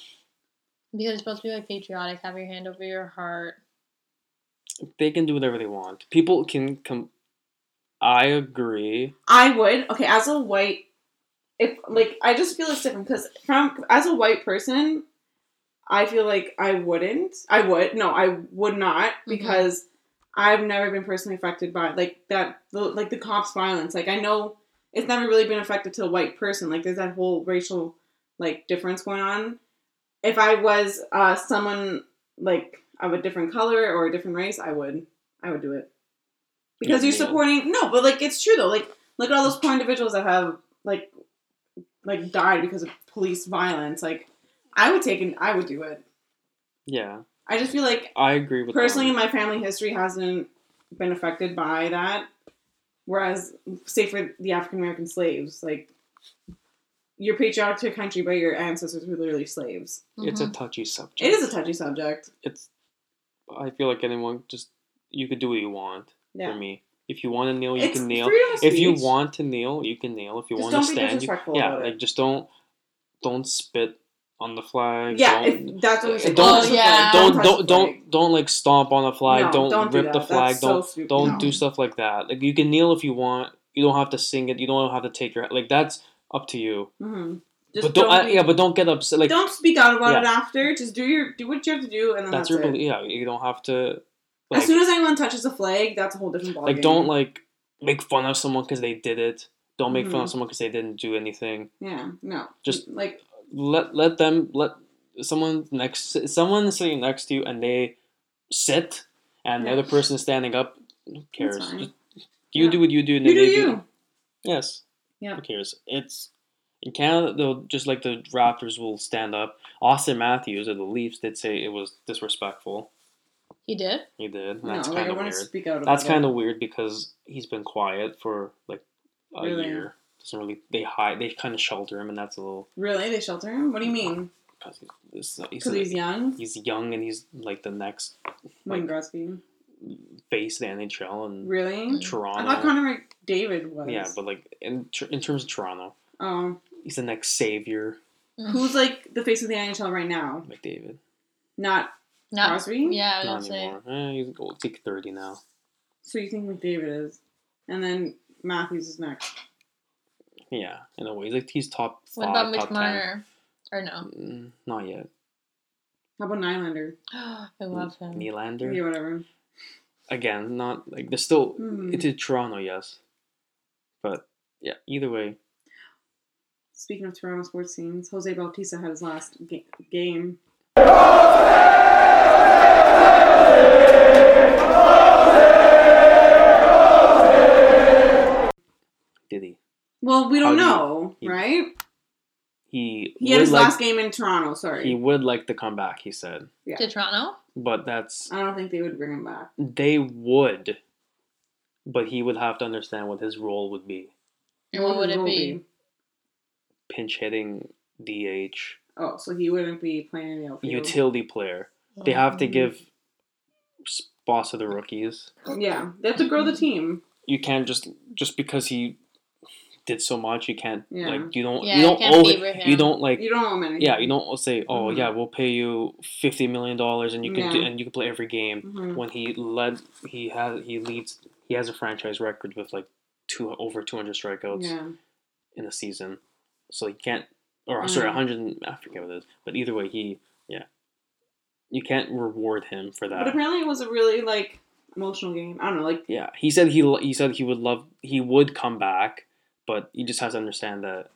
Speaker 3: Because it's supposed to be like patriotic. Have your hand over your heart.
Speaker 1: they can do whatever they want. People can come. I agree.
Speaker 2: I would. Okay, as a white, if like I just feel it's different because from as a white person, I feel like I wouldn't. I would no, I would not because I've never been personally affected by like that. The, like the cops' violence. Like I know it's never really been affected to a white person. Like there's that whole racial like difference going on. If I was uh, someone like of a different color or a different race, I would. I would do it
Speaker 1: Yeah,
Speaker 2: because you're
Speaker 1: me either.
Speaker 2: supporting. No, but like it's true though. Like look at all those poor individuals that have like like died because of police violence. Like I would take and I would do it.
Speaker 1: Yeah,
Speaker 2: I just feel like
Speaker 1: I agree with
Speaker 2: personally,
Speaker 1: them.
Speaker 2: my family history hasn't been affected by that. Whereas, say for the African American slaves, like you're patriotic to your country, but your ancestors were literally slaves.
Speaker 1: It's a
Speaker 3: Mhm.
Speaker 1: touchy subject.
Speaker 2: Mm-hmm. It is a touchy subject.
Speaker 1: It's. I feel like anyone just you could do what you want.
Speaker 2: Yeah,
Speaker 1: For me, if you want to kneel, you
Speaker 2: It's
Speaker 1: can kneel.
Speaker 2: freedom of
Speaker 1: If you
Speaker 2: speech.
Speaker 1: want to kneel, you can kneel. If you
Speaker 2: Just
Speaker 1: want to
Speaker 2: don't be
Speaker 1: stand, you,
Speaker 2: disrespectful
Speaker 1: yeah,
Speaker 2: about it.
Speaker 1: like just don't don't spit on the flag.
Speaker 2: yeah,
Speaker 1: don't,
Speaker 2: if that's what we
Speaker 1: uh,
Speaker 2: should
Speaker 1: don't-
Speaker 2: do.
Speaker 3: Oh, yeah.
Speaker 1: don't don't
Speaker 2: touch the flag.
Speaker 1: don't don't like stomp on the flag.
Speaker 2: No,
Speaker 1: don't,
Speaker 2: do
Speaker 1: rip the
Speaker 2: that.
Speaker 1: flag.
Speaker 2: That's so
Speaker 1: don't
Speaker 2: stupid.
Speaker 1: don't
Speaker 2: No.
Speaker 1: do stuff like that. Like you can kneel if you want. You don't have to sing it. You don't have to take your like that's up to you.
Speaker 2: Mhm. Just
Speaker 1: but don't, I,
Speaker 2: be-
Speaker 1: yeah, but don't get upset. Like
Speaker 2: don't speak out about
Speaker 1: Yeah.
Speaker 2: it after. Just do your do what you have to do, and then
Speaker 1: that's
Speaker 2: that's,
Speaker 1: your
Speaker 2: it.
Speaker 1: belief. Yeah, you don't have to. Like,
Speaker 2: as soon as anyone touches a flag, that's a whole different ballgame.
Speaker 1: like don't like make fun of someone because they did it. Don't make fun of
Speaker 2: Mhm.
Speaker 1: someone because they didn't do anything.
Speaker 2: Yeah, no.
Speaker 1: Just-
Speaker 2: like
Speaker 1: Let let them let someone next someone sitting next to you and they sit and the
Speaker 2: Yeah.
Speaker 1: other person is standing up who cares
Speaker 2: fine.
Speaker 1: Just- you
Speaker 2: Yeah.
Speaker 1: do what you do and
Speaker 2: You
Speaker 1: then
Speaker 2: do
Speaker 1: they
Speaker 2: you.
Speaker 1: yes
Speaker 2: Yeah.
Speaker 1: who cares it's in Canada they'll just like the Raptors will stand up Austin Matthews of the Leafs did say it was disrespectful
Speaker 3: He Mm-hmm. did.
Speaker 1: he did and
Speaker 2: No,
Speaker 1: that's
Speaker 2: like, I
Speaker 1: kind of
Speaker 2: want
Speaker 1: weird
Speaker 2: to speak out.
Speaker 1: that's kind of weird because he's been quiet for like a
Speaker 2: Really?
Speaker 1: year doesn't really they hide they kind of shelter him and that's a little
Speaker 2: really. They shelter him. What do you mean?
Speaker 1: because he's, he's,
Speaker 2: Because he's young.
Speaker 1: he's young and he's like the next
Speaker 2: Wayne Gretzky.
Speaker 1: mm, face of the NHL and
Speaker 2: Really? I
Speaker 1: Toronto.
Speaker 2: thought Connor McDavid was.
Speaker 1: yeah, but like in ter- in terms of Toronto,
Speaker 2: um,
Speaker 1: he's the next savior,
Speaker 3: Mm-hmm.
Speaker 2: who's like the face of the NHL right now?
Speaker 1: McDavid.
Speaker 2: Not
Speaker 3: Not.
Speaker 2: Crosby.
Speaker 3: Yeah, I
Speaker 1: Not
Speaker 3: was gonna say.
Speaker 1: anymore. Eh, he's well, take thirty now.
Speaker 2: So you think McDavid is, and then Matthews is next.
Speaker 1: Yeah, in a way, he's like he's top
Speaker 3: What
Speaker 1: five,
Speaker 3: about Mitch
Speaker 1: top ten.
Speaker 3: Marner? Or no?
Speaker 1: Mm, not yet.
Speaker 2: How about Nylander?
Speaker 3: I love him.
Speaker 1: Nylander
Speaker 2: Yeah, whatever.
Speaker 1: again. Not like they're still
Speaker 2: Hmm.
Speaker 1: into Toronto, yes, but yeah. Either way,
Speaker 2: Speaking of Toronto sports teams, Jose Bautista had his last ga- game.
Speaker 1: did he?
Speaker 2: Well, we don't
Speaker 1: How
Speaker 2: know,
Speaker 1: he-
Speaker 2: right?
Speaker 1: He
Speaker 2: He had
Speaker 1: would
Speaker 2: his
Speaker 1: like,
Speaker 2: last game in Toronto. Sorry,
Speaker 1: He would like to come back. He said,
Speaker 3: To Toronto?
Speaker 1: but that's
Speaker 2: I don't think they would bring him back.
Speaker 1: they would, but he would have to understand what his role would be.
Speaker 3: And what would it
Speaker 2: Will
Speaker 3: be?
Speaker 1: pinch hitting DH
Speaker 2: Oh, so he wouldn't be playing in the outfield.
Speaker 1: utility player. They have to give spots to the rookies.
Speaker 2: Yeah, they have to grow the team.
Speaker 1: You can't just just because he did so much. You can't
Speaker 2: Yeah.
Speaker 1: like you don't
Speaker 3: Yeah,
Speaker 1: you
Speaker 3: you
Speaker 1: don't
Speaker 3: can't
Speaker 1: owe
Speaker 3: favor him.
Speaker 1: you don't like
Speaker 2: You don't owe him anything.
Speaker 1: yeah you don't say oh
Speaker 2: Mhm.
Speaker 1: yeah we'll pay you fifty million dollars and you can do,
Speaker 2: Yeah.
Speaker 1: and you can play every game.
Speaker 2: Mhm.
Speaker 1: When he led he has he leads he has a franchise record with like two over two hundred strikeouts
Speaker 2: Yeah.
Speaker 1: in a season. So he can't, or sorry,
Speaker 2: Mhm.
Speaker 1: 100, I forget what it is. But either way, he, yeah. You can't reward him for
Speaker 2: But
Speaker 1: that.
Speaker 2: apparently, it was a really like emotional game. I don't know, like
Speaker 1: Yeah, he said he lo- he said he would love he would come back, but you just have to understand that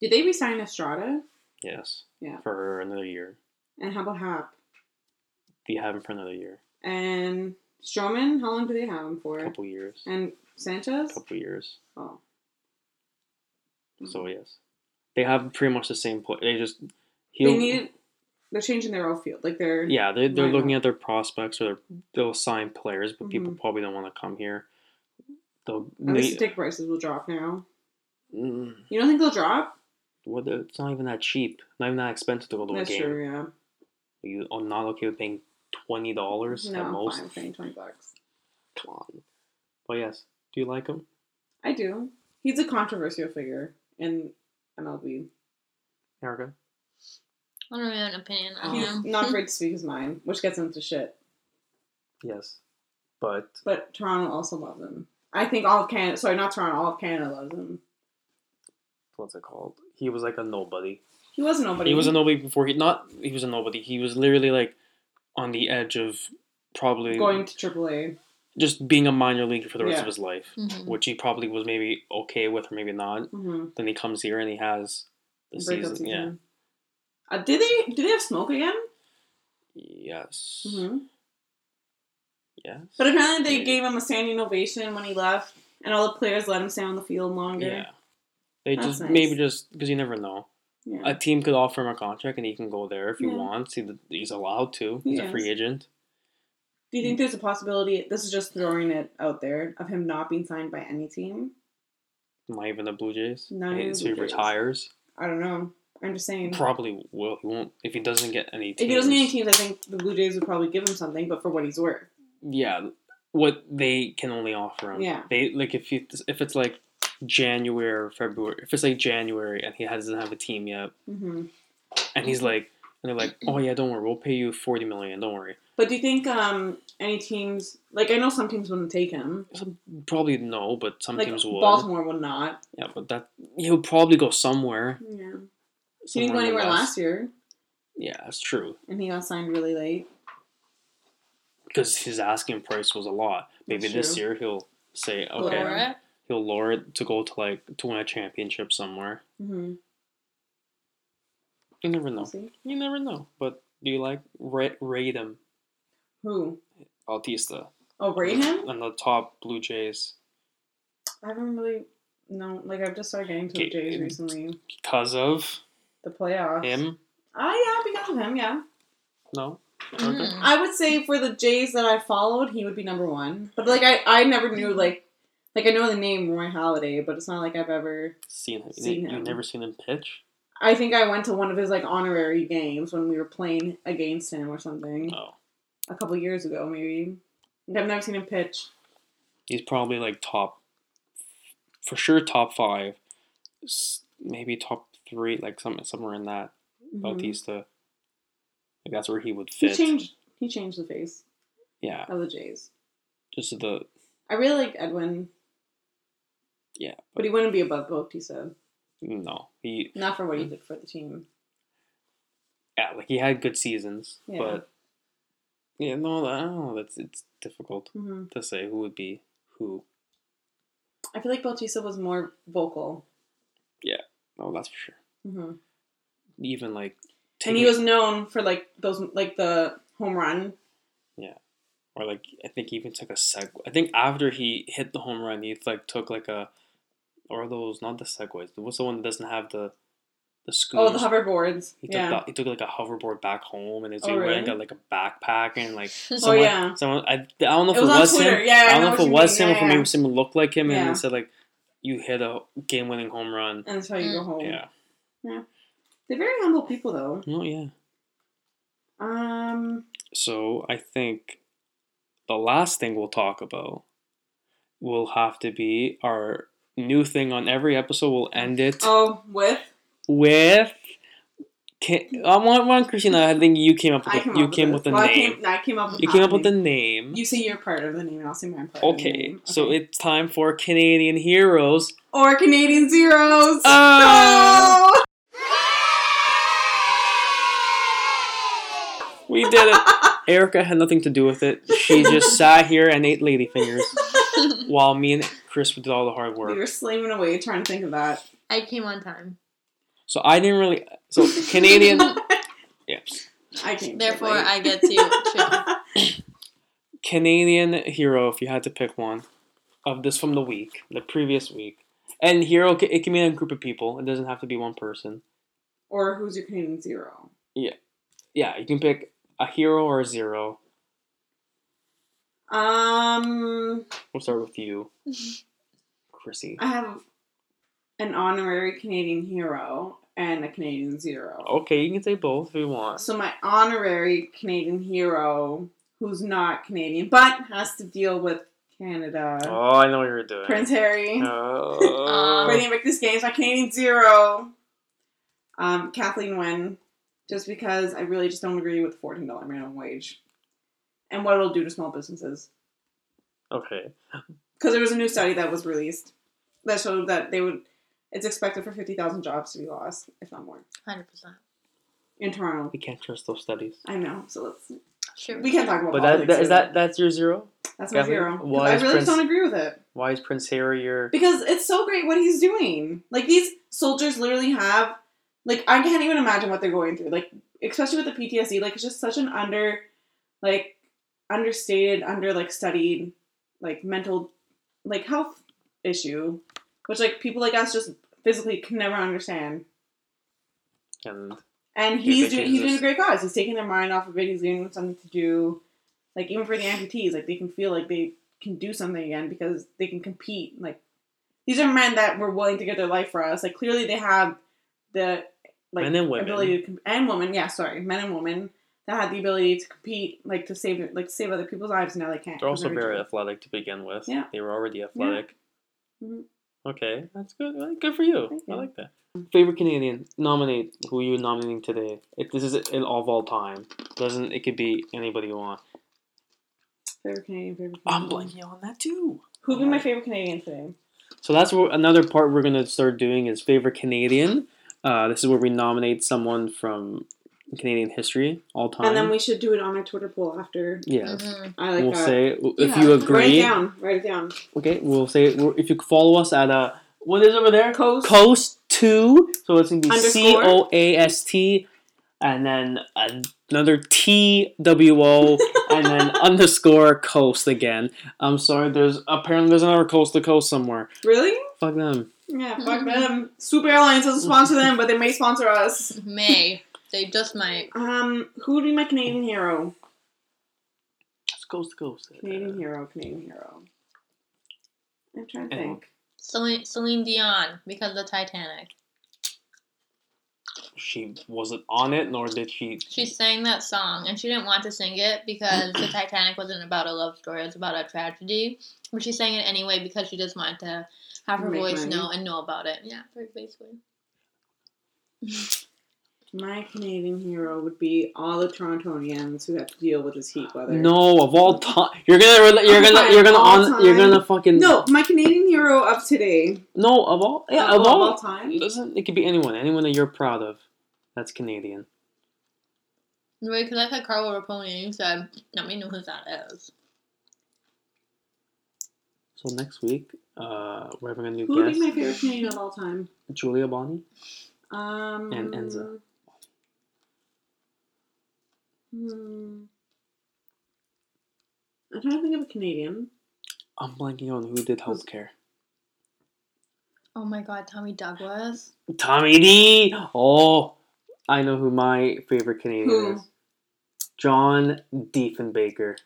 Speaker 2: Did they resign Estrada?
Speaker 1: yes,
Speaker 2: Yeah.
Speaker 1: for another year.
Speaker 2: And how about Hap?
Speaker 1: You have him for another year,
Speaker 2: And Stroman? How long do they have him
Speaker 1: a
Speaker 2: for?
Speaker 1: couple years,
Speaker 2: And Sanchez?
Speaker 1: couple years.
Speaker 2: Oh.
Speaker 1: So yes, they have pretty much the same play. They just he'll
Speaker 2: Mm-hmm. They need. They're changing their outfield. Like they're.
Speaker 1: yeah they're, they're
Speaker 2: Right.
Speaker 1: looking at their prospects or they're, they'll sign players, but people
Speaker 2: Mhm.
Speaker 1: probably don't want to come here. They'll
Speaker 2: At least
Speaker 1: they-
Speaker 2: the ticket prices will drop now.
Speaker 1: Mm,
Speaker 2: You don't think they'll drop?
Speaker 1: what the, it's not even that cheap. Not even that expensive to go to
Speaker 2: That's
Speaker 1: a game.
Speaker 2: true. Yeah.
Speaker 1: Are you are not okay with paying twenty dollars
Speaker 2: No,
Speaker 1: at
Speaker 2: I'm
Speaker 1: most?
Speaker 2: fine. I'm paying twenty bucks.
Speaker 1: Come on. But yes, do you like him?
Speaker 2: I do. He's a controversial figure in MLB.
Speaker 1: Erica.
Speaker 3: I don't really have an opinion
Speaker 1: Oh,
Speaker 3: on
Speaker 2: He's
Speaker 3: him.
Speaker 2: not afraid to speak his mind, which gets him to shit.
Speaker 1: Yes, but
Speaker 2: But Toronto also loves him. I think all of Canada. Sorry, not Toronto. All of Canada loves him.
Speaker 1: what's it called? He was like a nobody.
Speaker 2: He was nobody.
Speaker 1: He was a nobody before he not. He was a nobody. He was literally like on the edge of probably
Speaker 2: going to AAA.
Speaker 1: just being a minor leaguer for the rest
Speaker 2: Yeah.
Speaker 1: of his life,
Speaker 3: Mhm.
Speaker 1: which he probably was maybe okay with or maybe not.
Speaker 2: Mm-hmm.
Speaker 1: Then he comes here and he has the
Speaker 2: Breakup
Speaker 1: season. Yeah.
Speaker 2: Uh, did they do they have smoke again?
Speaker 1: Yes. Yes.
Speaker 2: Mm-hmm. But apparently they
Speaker 1: Mm-hmm. Yeah.
Speaker 2: gave him a standing ovation when he left, and all the players let him stay on the field
Speaker 1: Yeah.
Speaker 2: longer.
Speaker 1: They
Speaker 2: That's
Speaker 1: just
Speaker 2: nice.
Speaker 1: maybe just because you never know.
Speaker 2: Yeah.
Speaker 1: A team could offer him a contract and he can go there if he
Speaker 2: Yeah.
Speaker 1: wants. He, he's allowed to. He's a
Speaker 2: Yes.
Speaker 1: free agent.
Speaker 2: Do you think there's a possibility? This is just throwing it out there of him not being signed by any team.
Speaker 1: Not even the Blue Jays.
Speaker 2: Not
Speaker 1: And
Speaker 2: even
Speaker 1: so
Speaker 2: the
Speaker 1: he
Speaker 2: Blue Jays.
Speaker 1: retires.
Speaker 2: I don't know. I'm just saying.
Speaker 1: Probably will. He won't if he doesn't get any. Teams.
Speaker 2: If he doesn't need any teams, I think the Blue Jays would probably give him something, but for what he's worth.
Speaker 1: Yeah, what they can only offer him.
Speaker 2: Yeah.
Speaker 1: They like if you if it's like January or February. If it's like January and he doesn't have a team yet,
Speaker 2: hmm
Speaker 1: Mm-hmm. and he's like, and they're like, oh yeah, don't worry, we'll pay you forty million. Don't worry.
Speaker 2: But do you think um, any teams, like I know some teams wouldn't take him,
Speaker 1: Some, probably no, but some
Speaker 2: like
Speaker 1: teams will.
Speaker 2: Baltimore would not.
Speaker 1: Yeah, but that he'll probably go somewhere.
Speaker 2: Yeah, he didn't go
Speaker 1: somewhere in the
Speaker 2: anywhere
Speaker 1: West.
Speaker 2: last year,
Speaker 1: Yeah, that's true.
Speaker 2: and he got signed really late.
Speaker 1: Because his asking price was a lot. Maybe
Speaker 2: That's
Speaker 1: this
Speaker 2: true.
Speaker 1: year he'll say,
Speaker 3: Lower
Speaker 1: okay,
Speaker 2: Yeah.
Speaker 3: it.
Speaker 1: he'll lower it to go to like to win a championship somewhere.
Speaker 2: hmm
Speaker 1: You never know.
Speaker 2: Mm-hmm. See?
Speaker 1: You never know. But do you like Ra- Radom
Speaker 2: Who?
Speaker 1: Altista?
Speaker 2: Oh, Brayham?
Speaker 1: On the top Blue Jays
Speaker 2: I haven't really. No, like I've just started getting to
Speaker 1: Okay,
Speaker 2: the Jays
Speaker 1: and-
Speaker 2: recently.
Speaker 1: because of
Speaker 2: The playoffs.
Speaker 1: him?
Speaker 2: Oh yeah, because of him. Yeah.
Speaker 1: No. Okay.
Speaker 3: Mhm.
Speaker 2: I would say for the Jays that I followed, he would be number one. But like I, I never knew
Speaker 1: Mm-hmm.
Speaker 2: like, like I know the name Roy Halladay, but it's not like I've ever.
Speaker 1: Seen him.
Speaker 2: Seen
Speaker 1: you,
Speaker 2: him.
Speaker 1: have never seen him pitch?
Speaker 2: I think I went to one of his like honorary games when we were playing against him or something
Speaker 1: No.
Speaker 2: a couple years ago, maybe. Like, I've never seen him pitch.
Speaker 1: He's probably like top, for sure top five, s- maybe top three, like some somewhere in that
Speaker 2: Mhm.
Speaker 1: Bautista. Like that's where he would
Speaker 2: He
Speaker 1: fit.
Speaker 2: changed. He changed the face
Speaker 1: Yeah,
Speaker 2: of the Jays.
Speaker 1: just the
Speaker 2: I really liked Edwin,
Speaker 1: yeah.
Speaker 2: but he wouldn't be above Bautista.
Speaker 1: No, he
Speaker 2: Not for what he
Speaker 1: Mm.
Speaker 2: did for the team.
Speaker 1: yeah, like he had good seasons,
Speaker 2: Yeah.
Speaker 1: but yeah, no, I don't know. That's it's difficult
Speaker 2: hmm
Speaker 1: to say who would be who.
Speaker 2: I feel like Bautista was more vocal,
Speaker 1: Oh, that's for sure.
Speaker 2: hmm
Speaker 1: Even like
Speaker 2: and he was known for like those like the home run.
Speaker 1: or like I think he even took a seg. I think after he hit the home run, he like took like a or those not the segways. What's the one that doesn't have the the scoop?
Speaker 2: Oh, the hoverboards.
Speaker 1: He took
Speaker 2: yeah.
Speaker 1: the, he took like a hoverboard back home, and it's
Speaker 2: Oh,
Speaker 1: like went
Speaker 2: really?
Speaker 1: and got like a backpack and like
Speaker 2: oh
Speaker 1: someone,
Speaker 2: yeah.
Speaker 1: someone I, I don't know if
Speaker 2: It
Speaker 1: it
Speaker 2: was on
Speaker 1: was,
Speaker 2: Twitter.
Speaker 1: him.
Speaker 2: Yeah,
Speaker 1: I
Speaker 2: I
Speaker 1: don't
Speaker 2: know
Speaker 1: know,
Speaker 2: what
Speaker 1: if it
Speaker 2: you
Speaker 1: was
Speaker 2: mean.
Speaker 1: him or if
Speaker 2: Yeah, yeah.
Speaker 1: it made him look like him, and
Speaker 2: Yeah.
Speaker 1: it said like you hit a game winning home run.
Speaker 2: And that's how you go
Speaker 3: Mm.
Speaker 2: home.
Speaker 1: Yeah,
Speaker 2: They're very humble people though.
Speaker 1: oh yeah.
Speaker 2: Um.
Speaker 1: So I think the last thing we'll talk about will have to be our new thing on every episode. We'll end it
Speaker 2: Oh, with
Speaker 1: with. Can, I want one, Christina. I think you came up with
Speaker 2: I
Speaker 1: the,
Speaker 2: came
Speaker 1: you
Speaker 2: up
Speaker 1: came
Speaker 2: with,
Speaker 1: with the
Speaker 2: this. Well, I
Speaker 1: name.
Speaker 2: came, I came up with.
Speaker 1: you came up with the
Speaker 2: nothing.
Speaker 1: name.
Speaker 2: You say your part of the name, and I'll say my part. Of the
Speaker 1: Okay,
Speaker 2: name.
Speaker 1: so it's time for Canadian heroes.
Speaker 2: or Canadian zeros.
Speaker 1: Oh,
Speaker 2: Oh!
Speaker 1: we did it. Erica had nothing to do with it. She just sat here and ate ladyfingers
Speaker 3: Mm-hmm.
Speaker 1: while me and Chris did all the hard
Speaker 2: We
Speaker 1: work.
Speaker 2: were slaving away trying to think of that.
Speaker 3: I came on time.
Speaker 1: So I didn't really. So Canadian. yes.
Speaker 2: I came.
Speaker 3: Therefore,
Speaker 2: late.
Speaker 3: I get to choose.
Speaker 1: Canadian hero, if you had to pick one of this from the week, the previous week. And hero, ca- it can be a group of people. It doesn't have to be one person.
Speaker 2: Or who's your Canadian zero?
Speaker 1: Yeah, you can pick a hero or a zero.
Speaker 2: Um,
Speaker 1: We'll start with you, Chrissy.
Speaker 2: I have an honorary Canadian hero and a Canadian zero.
Speaker 1: Okay, you can say both if you want.
Speaker 2: So my honorary Canadian hero, who's not Canadian but has to deal with Canada,
Speaker 1: Oh, I know what you're doing.
Speaker 2: uh, Prince Um, Harry.
Speaker 1: Oh.
Speaker 2: We're gonna make this game. So my Canadian zero, um, Kathleen Wynne, just because I really just don't agree with the fourteen dollar minimum wage, and what it'll do to small businesses.
Speaker 1: okay.
Speaker 2: Because there was a new study that was released that showed that they would. It's expected for fifty thousand jobs to be lost, if not more,
Speaker 3: Hundred percent.
Speaker 2: in Toronto.
Speaker 1: We can't trust those studies.
Speaker 2: I know. So let's.
Speaker 3: Sure.
Speaker 2: We can't talk about
Speaker 1: But that,
Speaker 2: politics.
Speaker 1: that is
Speaker 2: really.
Speaker 1: that that's your zero?
Speaker 2: That's my
Speaker 1: Kathleen,
Speaker 2: zero. 'Cause
Speaker 1: why
Speaker 2: I
Speaker 1: is
Speaker 2: really just
Speaker 1: Prince-
Speaker 2: don't agree with it.
Speaker 1: Why is Prince Harry your
Speaker 2: Because it's so great what he's doing. Like these soldiers literally have like I can't even imagine what they're going through. Like especially with the PTSD, like it's just such an under like understated, under like studied, like mental like health issue. Which like people like us just physically can never understand.
Speaker 1: and
Speaker 2: And
Speaker 1: Yeah,
Speaker 2: he's
Speaker 1: they
Speaker 2: doing,
Speaker 1: change
Speaker 2: he's doing a
Speaker 1: this.
Speaker 2: great cause. He's taking their mind off of it. He's giving them something to do. Like even for the amputees, like they can feel like they can do something again because they can compete. Like these are men that were willing to give their life for us. Like clearly they have the like
Speaker 1: Men and women.
Speaker 2: ability to com- and women. Yeah, sorry, men and women that had the ability to compete, like to save like to save other people's lives. and Now they can't.
Speaker 1: They're also
Speaker 2: They're-
Speaker 1: very athletic to begin with.
Speaker 2: Yeah.
Speaker 1: They were already athletic.
Speaker 2: Mhm.
Speaker 1: Okay, that's good. Well, Good for you.
Speaker 2: Thank
Speaker 1: I
Speaker 2: you.
Speaker 1: like that. Favorite Canadian? Nominate who you nominating today. If this is it of all time, doesn't it could be anybody you want.
Speaker 2: favorite Canadian. Favorite Canadian.
Speaker 1: I'm blanking on that too.
Speaker 2: Who'd be my favorite Canadian today?
Speaker 1: So that's what, another part we're going to start doing is favorite Canadian. Uh, this is where we nominate someone from Canadian history all time.
Speaker 2: And then we should do it on our Twitter poll after.
Speaker 1: yeah,
Speaker 3: Mhm.
Speaker 2: I like
Speaker 1: we'll
Speaker 2: that.
Speaker 1: say if
Speaker 3: Yeah.
Speaker 1: you
Speaker 2: Write it
Speaker 1: agree.
Speaker 2: down. Write it down.
Speaker 1: Okay, we'll say if you follow us at uh, what is over there?
Speaker 2: Coast.
Speaker 1: Coast two. So it's gonna be
Speaker 2: Underscore.
Speaker 1: C O A S T and then another TWO, and then underscore coast again. I'm sorry, there's apparently there's another coast to coast somewhere.
Speaker 2: Really?
Speaker 1: Fuck them.
Speaker 2: Yeah, fuck them. Swoop Airlines doesn't sponsor them, but they may sponsor us.
Speaker 3: May. They just might.
Speaker 2: Um, who would be my Canadian hero?
Speaker 1: It's coast to coast.
Speaker 2: Canadian hero, Canadian hero. I'm trying to
Speaker 1: Anyone.
Speaker 2: think.
Speaker 3: Celine, Celine Dion because of the Titanic.
Speaker 1: She wasn't on it, nor did she.
Speaker 3: She sang that song and she didn't want to sing it because the Titanic wasn't about a love story, it was about a tragedy. But she sang it anyway because she just wanted to have her
Speaker 2: Make
Speaker 3: voice
Speaker 2: money.
Speaker 3: know and know about it. Yeah, very basically.
Speaker 2: My Canadian hero would be all the Torontonians who have to deal with this heat weather.
Speaker 1: No, of all time, you're gonna, rela- you're gonna, you're gonna
Speaker 2: All
Speaker 1: on, you're
Speaker 2: time.
Speaker 1: gonna fucking
Speaker 2: No, my Canadian hero of today.
Speaker 1: no of all, yeah, of
Speaker 2: Of all
Speaker 1: all.
Speaker 2: time.
Speaker 1: Doesn't it could be anyone, anyone that you're proud of, that's Canadian.
Speaker 3: Right, because I said Carlo Rapone and you said, let me know who that is.
Speaker 1: So next week, uh, we're having a new
Speaker 2: Who would
Speaker 1: guest,
Speaker 2: be my favorite Canadian of all time?
Speaker 1: Julia Bonny.
Speaker 2: Um,
Speaker 1: And Enzo.
Speaker 2: Hmm. I'm trying to think of a Canadian.
Speaker 1: I'm blanking on who did healthcare.
Speaker 3: Oh my god, Tommy Douglas.
Speaker 1: Tommy D. Oh, I know who my favorite Canadian
Speaker 2: Who?
Speaker 1: is. John Diefenbaker.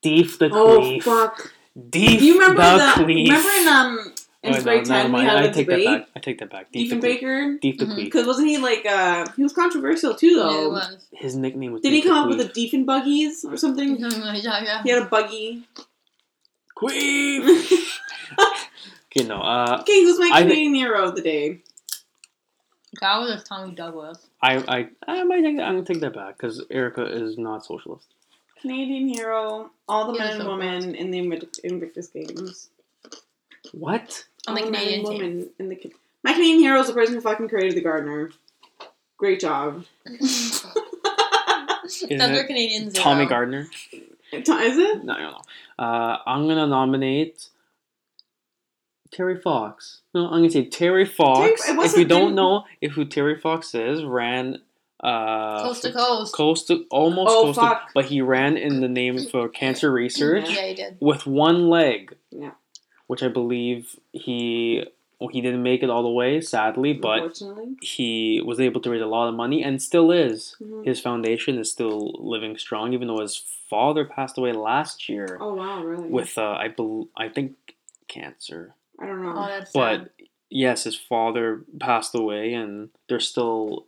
Speaker 1: Deef the
Speaker 2: Oh
Speaker 1: Queef.
Speaker 2: fuck!
Speaker 1: Deef
Speaker 2: You remember
Speaker 1: the
Speaker 2: that?
Speaker 1: Queef.
Speaker 2: Remember in um in
Speaker 1: Oh, no,
Speaker 2: grade
Speaker 1: never
Speaker 2: ten we
Speaker 1: mind.
Speaker 2: had
Speaker 1: I
Speaker 2: a
Speaker 1: take that
Speaker 2: debate. Mm-hmm.
Speaker 1: back. I take that back. Deef the
Speaker 2: Ethan
Speaker 1: Queef.
Speaker 2: Baker.
Speaker 1: Deef the
Speaker 3: Mhm.
Speaker 1: Queef.
Speaker 2: Because wasn't he like uh he was controversial too
Speaker 3: Yeah, it
Speaker 2: though?
Speaker 3: was.
Speaker 1: His nickname was
Speaker 2: Did he
Speaker 1: Deef the
Speaker 2: come up with
Speaker 1: Queef.
Speaker 2: the Deefen buggies or something?
Speaker 3: yeah,
Speaker 2: He had a buggy.
Speaker 1: Queef?
Speaker 2: okay,
Speaker 1: Okay, no. Uh,
Speaker 2: who's my
Speaker 1: I thi-
Speaker 2: Canadian hero of the day?
Speaker 3: That was Tommy Douglas.
Speaker 1: I, I, I might take that, I'm gonna take that back because Erica is not socialist.
Speaker 2: Canadian hero, all the
Speaker 3: Yeah,
Speaker 2: men and
Speaker 3: so
Speaker 2: women in the Invictus- Invictus Games.
Speaker 1: What?
Speaker 3: On Oh, the
Speaker 2: All men
Speaker 3: Canadian
Speaker 2: and
Speaker 3: team.
Speaker 2: women in the Ca- My Canadian hero is the person who fucking created the Gardener. Great job.
Speaker 3: That's
Speaker 1: it
Speaker 3: where Canadians zero.
Speaker 1: Tommy Gardner.
Speaker 2: It- Is it?
Speaker 1: No, no, no. Uh, I'm gonna nominate Terry Fox. No, I'm gonna say Terry Fox.
Speaker 2: it
Speaker 1: if
Speaker 2: wasn't-
Speaker 1: you don't
Speaker 2: didn't-
Speaker 1: know if who Terry Fox is, ran uh,
Speaker 3: Coast to
Speaker 1: for-
Speaker 3: coast.
Speaker 1: coast to- almost
Speaker 2: Oh,
Speaker 1: coast
Speaker 2: fuck.
Speaker 1: to, but he ran in the name for cancer research
Speaker 3: Yeah, he did.
Speaker 1: with one leg.
Speaker 2: Yeah.
Speaker 1: Which I believe he well, he didn't make it all the way, sadly, but
Speaker 2: Unfortunately.
Speaker 1: he was able to raise a lot of money and still is.
Speaker 2: Mhm.
Speaker 1: His foundation is still living strong, even though his father passed away last year
Speaker 2: Oh, wow, really?
Speaker 1: with uh, I bel I think cancer.
Speaker 2: I don't know.
Speaker 3: Oh, that's
Speaker 1: But
Speaker 3: sad.
Speaker 1: yes, his father passed away, and they're still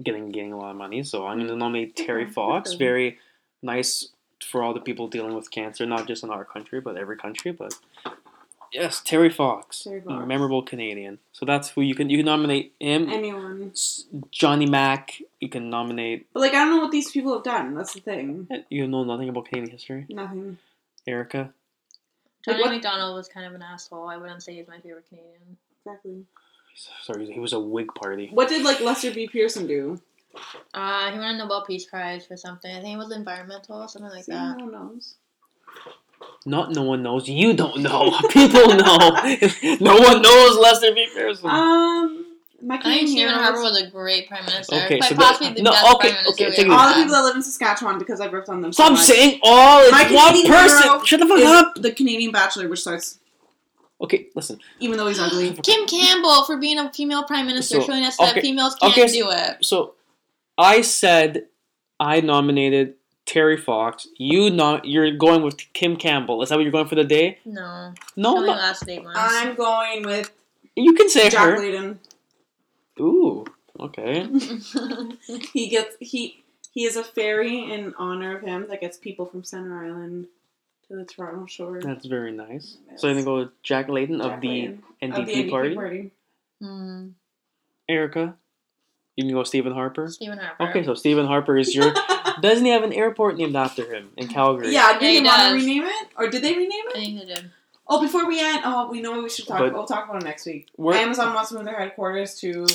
Speaker 1: getting getting a lot of money. So I'm gonna nominate Terry Fox. Very nice for all the people dealing with cancer, not just in our country, but every country. But yes, Terry Fox,
Speaker 2: Terry
Speaker 1: a
Speaker 2: Fox.
Speaker 1: memorable Canadian. So that's who you can you can nominate him.
Speaker 2: Anyone.
Speaker 1: S- Johnny Mack. You can nominate.
Speaker 2: But, like, I don't know what these people have done. That's the thing.
Speaker 1: You know nothing about Canadian history,
Speaker 2: Nothing.
Speaker 1: Erica.
Speaker 3: Johnny
Speaker 2: Like, what-
Speaker 3: McDonald was kind of an asshole. I wouldn't say he's my favorite Canadian.
Speaker 2: Exactly.
Speaker 1: Sorry, he was a Whig party.
Speaker 2: What did, like, Lester B. Pearson do?
Speaker 3: Uh, he won a Nobel Peace Prize for something. I think it was environmental or something like
Speaker 2: See,
Speaker 3: that.
Speaker 2: no one knows.
Speaker 1: Not no one knows. You don't know. People know. no one knows Lester B. Pearson.
Speaker 2: Um, my
Speaker 3: Hmm. I think
Speaker 2: Canadian
Speaker 3: Stephen Harper
Speaker 2: hero.
Speaker 3: was a great prime minister.
Speaker 1: Okay,
Speaker 3: Quite
Speaker 1: so that-
Speaker 3: possibly the
Speaker 1: no,
Speaker 3: best
Speaker 1: okay,
Speaker 3: prime minister
Speaker 1: okay,
Speaker 3: we
Speaker 1: take it
Speaker 3: ever
Speaker 2: All the
Speaker 3: had.
Speaker 2: people that live in Saskatchewan because I've ripped on them.
Speaker 1: Stop
Speaker 2: so much.
Speaker 1: saying all. It's
Speaker 2: My
Speaker 1: one
Speaker 2: Canadian
Speaker 1: person.
Speaker 2: hero
Speaker 1: Shut the fuck
Speaker 2: is
Speaker 1: up.
Speaker 2: The Canadian Bachelor, which starts
Speaker 1: Okay, listen.
Speaker 2: even though he's ugly.
Speaker 3: Kim Campbell for being a female prime minister,
Speaker 1: So,
Speaker 3: showing us
Speaker 1: okay,
Speaker 3: that females can't
Speaker 1: okay, so-
Speaker 3: do it.
Speaker 1: So, I said I nominated Terry Fox. You not. You're going with Kim Campbell. Is that what you're going for the day?
Speaker 3: No,
Speaker 2: Oh
Speaker 1: No,
Speaker 3: only
Speaker 1: no.
Speaker 3: last statements.
Speaker 2: I'm going with
Speaker 1: You can say
Speaker 2: Jack
Speaker 1: her.
Speaker 2: Layden.
Speaker 1: Ooh. Okay.
Speaker 2: He gets he he is a fairy in honor of him that gets people from Center Island to the Toronto Shore.
Speaker 1: That's very nice. So I'm gonna go with Jack Layton of
Speaker 2: Jack
Speaker 1: the
Speaker 2: Layden. Of the
Speaker 1: NDP party.
Speaker 3: mm,
Speaker 1: Erica. You can go Stephen Harper.
Speaker 3: Stephen Harper.
Speaker 1: Okay, so Stephen Harper is your. Doesn't he have an airport named after him in Calgary?
Speaker 2: Yeah, did
Speaker 3: Yeah, he
Speaker 2: they want
Speaker 3: does.
Speaker 2: to rename it, or did they rename
Speaker 3: I
Speaker 2: it?
Speaker 3: think he did.
Speaker 2: Oh, before we end, oh, we know what we should talk.
Speaker 1: But-
Speaker 2: we'll talk about it next week.
Speaker 1: Where-
Speaker 2: Amazon wants to move their headquarters to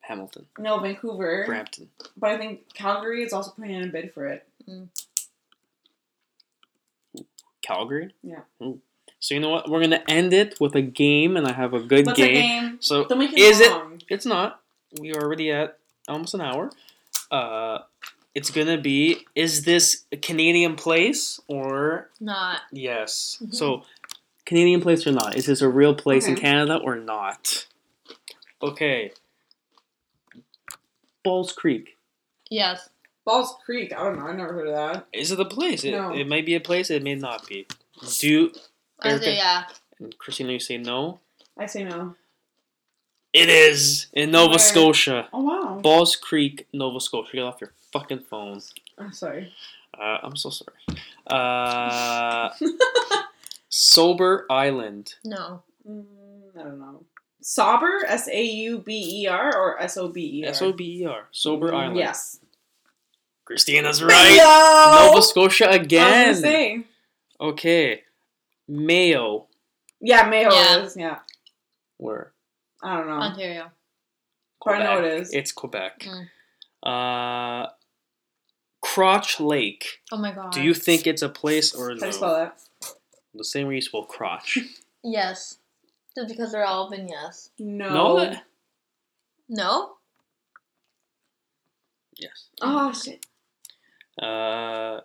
Speaker 1: Hamilton,
Speaker 2: no Vancouver,
Speaker 1: Brampton.
Speaker 2: but I think Calgary is also putting in a bid for it.
Speaker 1: Calgary.
Speaker 2: Yeah.
Speaker 1: Ooh. So you know what? We're gonna end it with a game, and I have a good
Speaker 2: What's
Speaker 1: game.
Speaker 2: the game?
Speaker 1: So
Speaker 2: Then we can
Speaker 1: Is it-
Speaker 2: long.
Speaker 1: it's not. We are already at almost an hour. Uh, it's gonna be is this a Canadian place or
Speaker 3: Not.
Speaker 1: yes?
Speaker 3: Mhm.
Speaker 1: So Canadian place or not? Is this a real place in
Speaker 2: Mm-hmm. Okay.
Speaker 1: Canada or not? Okay. Balls Creek.
Speaker 3: Yes.
Speaker 2: Balls Creek. I don't know. I never heard of that.
Speaker 1: Is it a place? It,
Speaker 2: No.
Speaker 1: it might be a place. It may not be. Do
Speaker 3: I say
Speaker 1: Erica-
Speaker 3: yeah.
Speaker 1: and Christina, you say no.
Speaker 2: I say no.
Speaker 1: It is in Nova
Speaker 3: Where?
Speaker 1: Scotia.
Speaker 2: Oh wow.
Speaker 1: Balls Creek, Nova Scotia. Get off your fucking phone.
Speaker 2: I'm sorry.
Speaker 1: Uh, I'm so sorry. Uh, Sober Island.
Speaker 3: No.
Speaker 2: Mm, I don't know. Sauber. S A U B E R or S O B E R. Mm,
Speaker 1: S O B E R. Sober Island.
Speaker 2: Yes.
Speaker 1: Christina's right.
Speaker 2: Yo!
Speaker 1: Nova Scotia
Speaker 2: I was gonna
Speaker 1: again.
Speaker 2: say.
Speaker 1: Okay. Mayo.
Speaker 2: Yeah, Mayo
Speaker 3: Yeah.
Speaker 2: is. Yeah.
Speaker 1: Where?
Speaker 2: I don't know.
Speaker 1: Uh-huh.
Speaker 3: Ontario.
Speaker 2: But I know it is.
Speaker 1: It's Quebec.
Speaker 2: Mm.
Speaker 1: Uh, Crotch Lake.
Speaker 3: Oh my god.
Speaker 1: Do you think it's a place or
Speaker 2: How do you
Speaker 1: no?
Speaker 2: spell that?
Speaker 1: The same way you spell crotch.
Speaker 3: Yes. Just because they're all been yes.
Speaker 2: No.
Speaker 1: No. that-
Speaker 3: No.
Speaker 1: Yes.
Speaker 2: Oh shit.
Speaker 1: Uh,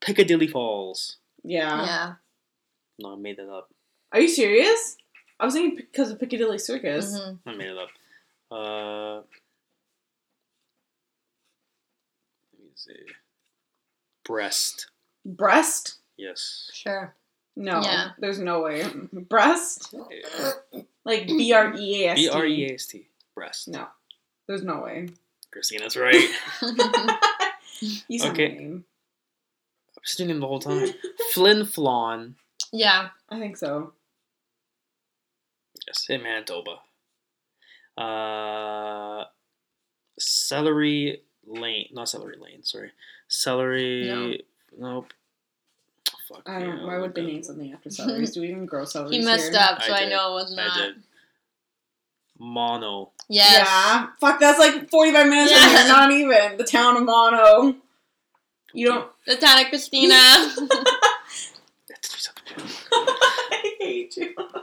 Speaker 1: Piccadilly Falls.
Speaker 2: Yeah.
Speaker 1: Uh-huh.
Speaker 3: yeah.
Speaker 1: No, I made that up.
Speaker 2: Are you serious? I was thinking because of Piccadilly Circus.
Speaker 3: Mhm.
Speaker 1: I made it up. Uh, let me see. Breast.
Speaker 2: Breast?
Speaker 1: Yes.
Speaker 3: Sure.
Speaker 2: No.
Speaker 3: Mm-hmm. Yeah.
Speaker 2: There's no way. Breast? Like B R E A S T.
Speaker 1: B R E A S T. Breast.
Speaker 2: No. There's no way.
Speaker 1: Christina's right.
Speaker 2: You said
Speaker 1: Okay.
Speaker 2: my name.
Speaker 1: I was doing it the whole time. Flin Flon.
Speaker 3: yeah.
Speaker 2: I think so.
Speaker 1: Yes, in Manitoba. Uh, celery lane. Not celery lane. Sorry. Celery. Nope. Fuck.
Speaker 2: I don't.
Speaker 1: yeah,
Speaker 2: why would they
Speaker 1: good.
Speaker 2: name something after celeries? Do we even grow celeries?
Speaker 3: He messed
Speaker 2: here?
Speaker 3: up, so
Speaker 1: I
Speaker 3: I,
Speaker 1: did.
Speaker 3: know it was not.
Speaker 1: I did. Mono.
Speaker 3: Yes.
Speaker 2: Yeah. Fuck. That's like 45 minutes.
Speaker 3: Yeah.
Speaker 2: and you're Not even the town of Mono. You don't.
Speaker 3: The town of Christina.
Speaker 1: Let's do something.
Speaker 2: I hate you. How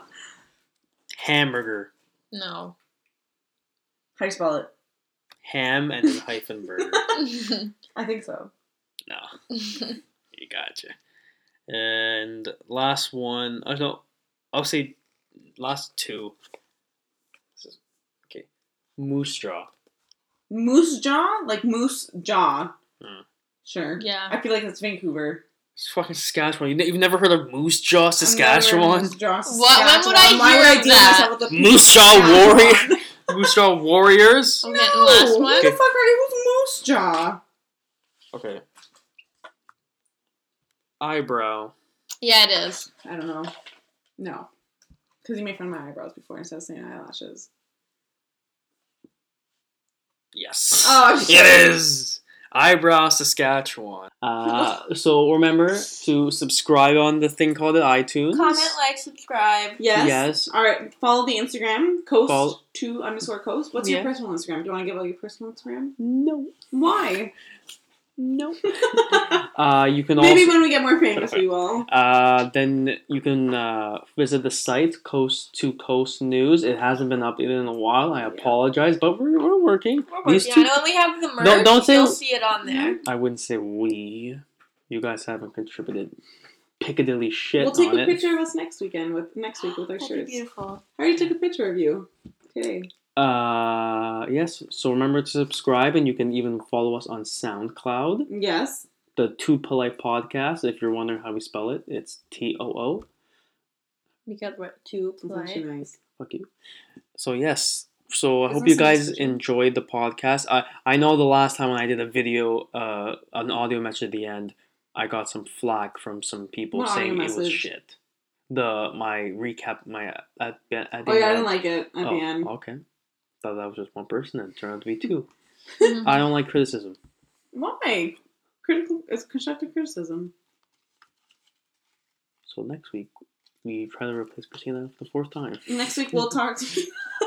Speaker 1: hamburger,
Speaker 3: no.
Speaker 2: do you spell it?
Speaker 1: ham, and then hyphen burger.
Speaker 2: I think so.
Speaker 1: No, you gotcha. And last one, oh no, I'll say last two. This is- Okay, moose jaw.
Speaker 2: Moose jaw, like moose jaw.
Speaker 1: Hmm.
Speaker 2: Sure.
Speaker 3: yeah.
Speaker 2: I feel like that's Vancouver.
Speaker 1: It's fucking Saskatchewan. You ne- you've never heard of moose jaw,
Speaker 2: I've never
Speaker 1: Saskatchewan?
Speaker 2: used jaw
Speaker 3: What- when would I
Speaker 2: Saskatchewan. Why
Speaker 3: hear
Speaker 2: would I
Speaker 3: of
Speaker 2: do
Speaker 3: that?
Speaker 2: myself with the people
Speaker 1: Moose
Speaker 2: from
Speaker 1: jaw
Speaker 2: Saskatchewan?
Speaker 1: warrior. moose jaw warriors.
Speaker 3: Okay,
Speaker 2: No.
Speaker 3: last
Speaker 2: Who
Speaker 3: one.
Speaker 2: the fuck are you? Who's moose jaw?
Speaker 1: Okay. Eyebrow.
Speaker 3: Yeah, it is.
Speaker 2: I don't know. No, because you made fun of my eyebrows before instead of saying eyelashes.
Speaker 1: Yes.
Speaker 2: Oh, shit.
Speaker 1: It is eyebrow Saskatchewan. Uh, so remember to subscribe on the thing called the iTunes.
Speaker 3: like, subscribe.
Speaker 2: Yes.
Speaker 1: Yes.
Speaker 2: All right. Follow the Instagram coast
Speaker 1: Follow-
Speaker 2: two underscore coast. What's
Speaker 1: Yeah.
Speaker 2: your personal Instagram? Do you want to give out your personal Instagram?
Speaker 1: No.
Speaker 2: Why?
Speaker 1: No. uh, you can
Speaker 2: Maybe
Speaker 1: also.
Speaker 2: when we get more famous, we will.
Speaker 1: Uh, then you can uh, visit the site Coast to Coast News. It hasn't been updated in a while. I
Speaker 2: Yeah.
Speaker 1: apologize, but we're, we're working. These
Speaker 3: yeah,
Speaker 1: two,
Speaker 3: I know when we have the merch,
Speaker 1: Don't- don't say-
Speaker 3: you'll see it on there.
Speaker 1: I wouldn't say we. You guys haven't contributed piccadilly shit
Speaker 2: We'll take
Speaker 1: on
Speaker 2: a
Speaker 1: it.
Speaker 2: picture of us next weekend with next week with our
Speaker 3: That'd be
Speaker 2: shirts.
Speaker 3: beautiful.
Speaker 2: I already took a picture of you today.
Speaker 1: Uh, yes. So remember to subscribe, and you can even follow us on SoundCloud,
Speaker 2: Yes.
Speaker 1: the Two Polite Podcast. If you're wondering how we spell it, it's T O O.
Speaker 3: Because we're too
Speaker 2: It's actually
Speaker 3: polite.
Speaker 2: nice.
Speaker 1: Fuck you. So yes. So I
Speaker 2: Is
Speaker 1: hope
Speaker 2: that
Speaker 1: you
Speaker 2: some
Speaker 1: guys
Speaker 2: decision?
Speaker 1: enjoyed the podcast. I I know the last time when I did a video, uh, an audio message at the end, I got some flack from some people
Speaker 2: What audio
Speaker 1: saying it was
Speaker 2: message?
Speaker 1: shit. The my recap my at, at, at the
Speaker 2: Oh yeah, I
Speaker 1: end.
Speaker 2: didn't like it at
Speaker 1: Oh,
Speaker 2: the end. Mm-hmm.
Speaker 1: okay. Thought that was just one person, and it turned out to be two.
Speaker 3: Mhm.
Speaker 1: I don't like criticism.
Speaker 2: Why? Critical it's constructive criticism.
Speaker 1: So next week we try to replace Christina for the fourth time.
Speaker 2: Next week we'll talk to you.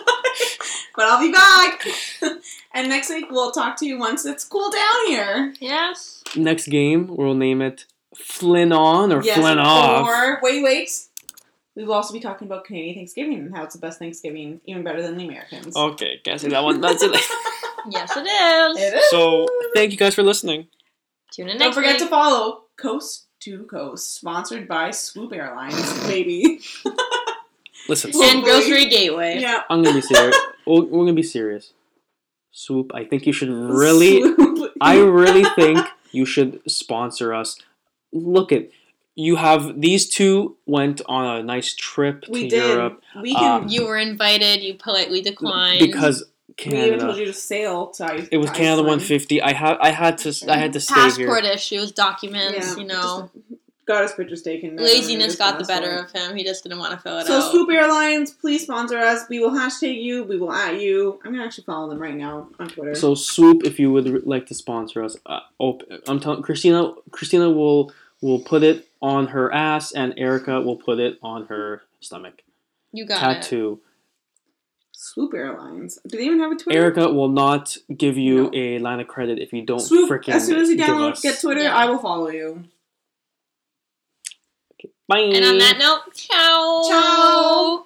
Speaker 2: but I'll be back. and next week we'll talk to you once it's cool down here.
Speaker 3: yes.
Speaker 1: Next game we'll name it Flynn on or Flynn off.
Speaker 2: Or wait, wait. We will also be talking about
Speaker 1: Oh,
Speaker 2: Canadian Thanksgiving and how it's the best Thanksgiving, even better than the Americans.
Speaker 1: Okay, can't say that one. That's it.
Speaker 3: yes, it is.
Speaker 2: It is.
Speaker 1: So thank you guys for listening.
Speaker 3: Tune in
Speaker 2: Don't
Speaker 3: next
Speaker 2: forget
Speaker 3: week.
Speaker 2: to follow Coast to Coast, sponsored by Swoop Airlines, baby.
Speaker 1: Listen,
Speaker 3: and Grocery Gateway.
Speaker 2: yeah.
Speaker 1: I'm gonna be serious. we're, we're gonna be serious. Swoop, I think you should really.
Speaker 2: Swoop.
Speaker 1: I really think you should sponsor us. Look at you have these two went on a nice trip
Speaker 2: we
Speaker 1: to
Speaker 2: did.
Speaker 1: Europe
Speaker 2: We can.
Speaker 1: Uh,
Speaker 3: You were invited. You politely declined.
Speaker 1: because
Speaker 2: we even told
Speaker 1: Canada.
Speaker 2: you to sail to I-
Speaker 1: It was Canada
Speaker 2: Iceland.
Speaker 1: 150. I had I had to I had to stay
Speaker 3: passport
Speaker 1: here.
Speaker 3: issues, documents. you know,
Speaker 2: just got his pictures taken.
Speaker 3: laziness got the better of him. He just didn't want to fill it
Speaker 2: So
Speaker 3: out.
Speaker 2: Swoop Airlines, please sponsor us. We will hashtag you. We will at you. I'm gonna actually follow them right now on Twitter.
Speaker 1: So Swoop, if you would like to sponsor us, uh, op- I'm telling Christina. Christina will will put it on her ass, and Erica will put it on her stomach.
Speaker 3: you got it.
Speaker 1: Tattoo.
Speaker 2: Swoop Airlines. Do they even have a Twitter?
Speaker 1: Erica will not give you
Speaker 2: No.
Speaker 1: a line of credit if you don't
Speaker 2: Swoop.
Speaker 1: freaking
Speaker 2: As soon as you
Speaker 1: give
Speaker 2: download,
Speaker 1: us-
Speaker 2: get Twitter.
Speaker 3: Yeah.
Speaker 2: I will follow you.
Speaker 1: Bye.
Speaker 3: And on that note, ciao.
Speaker 2: Ciao.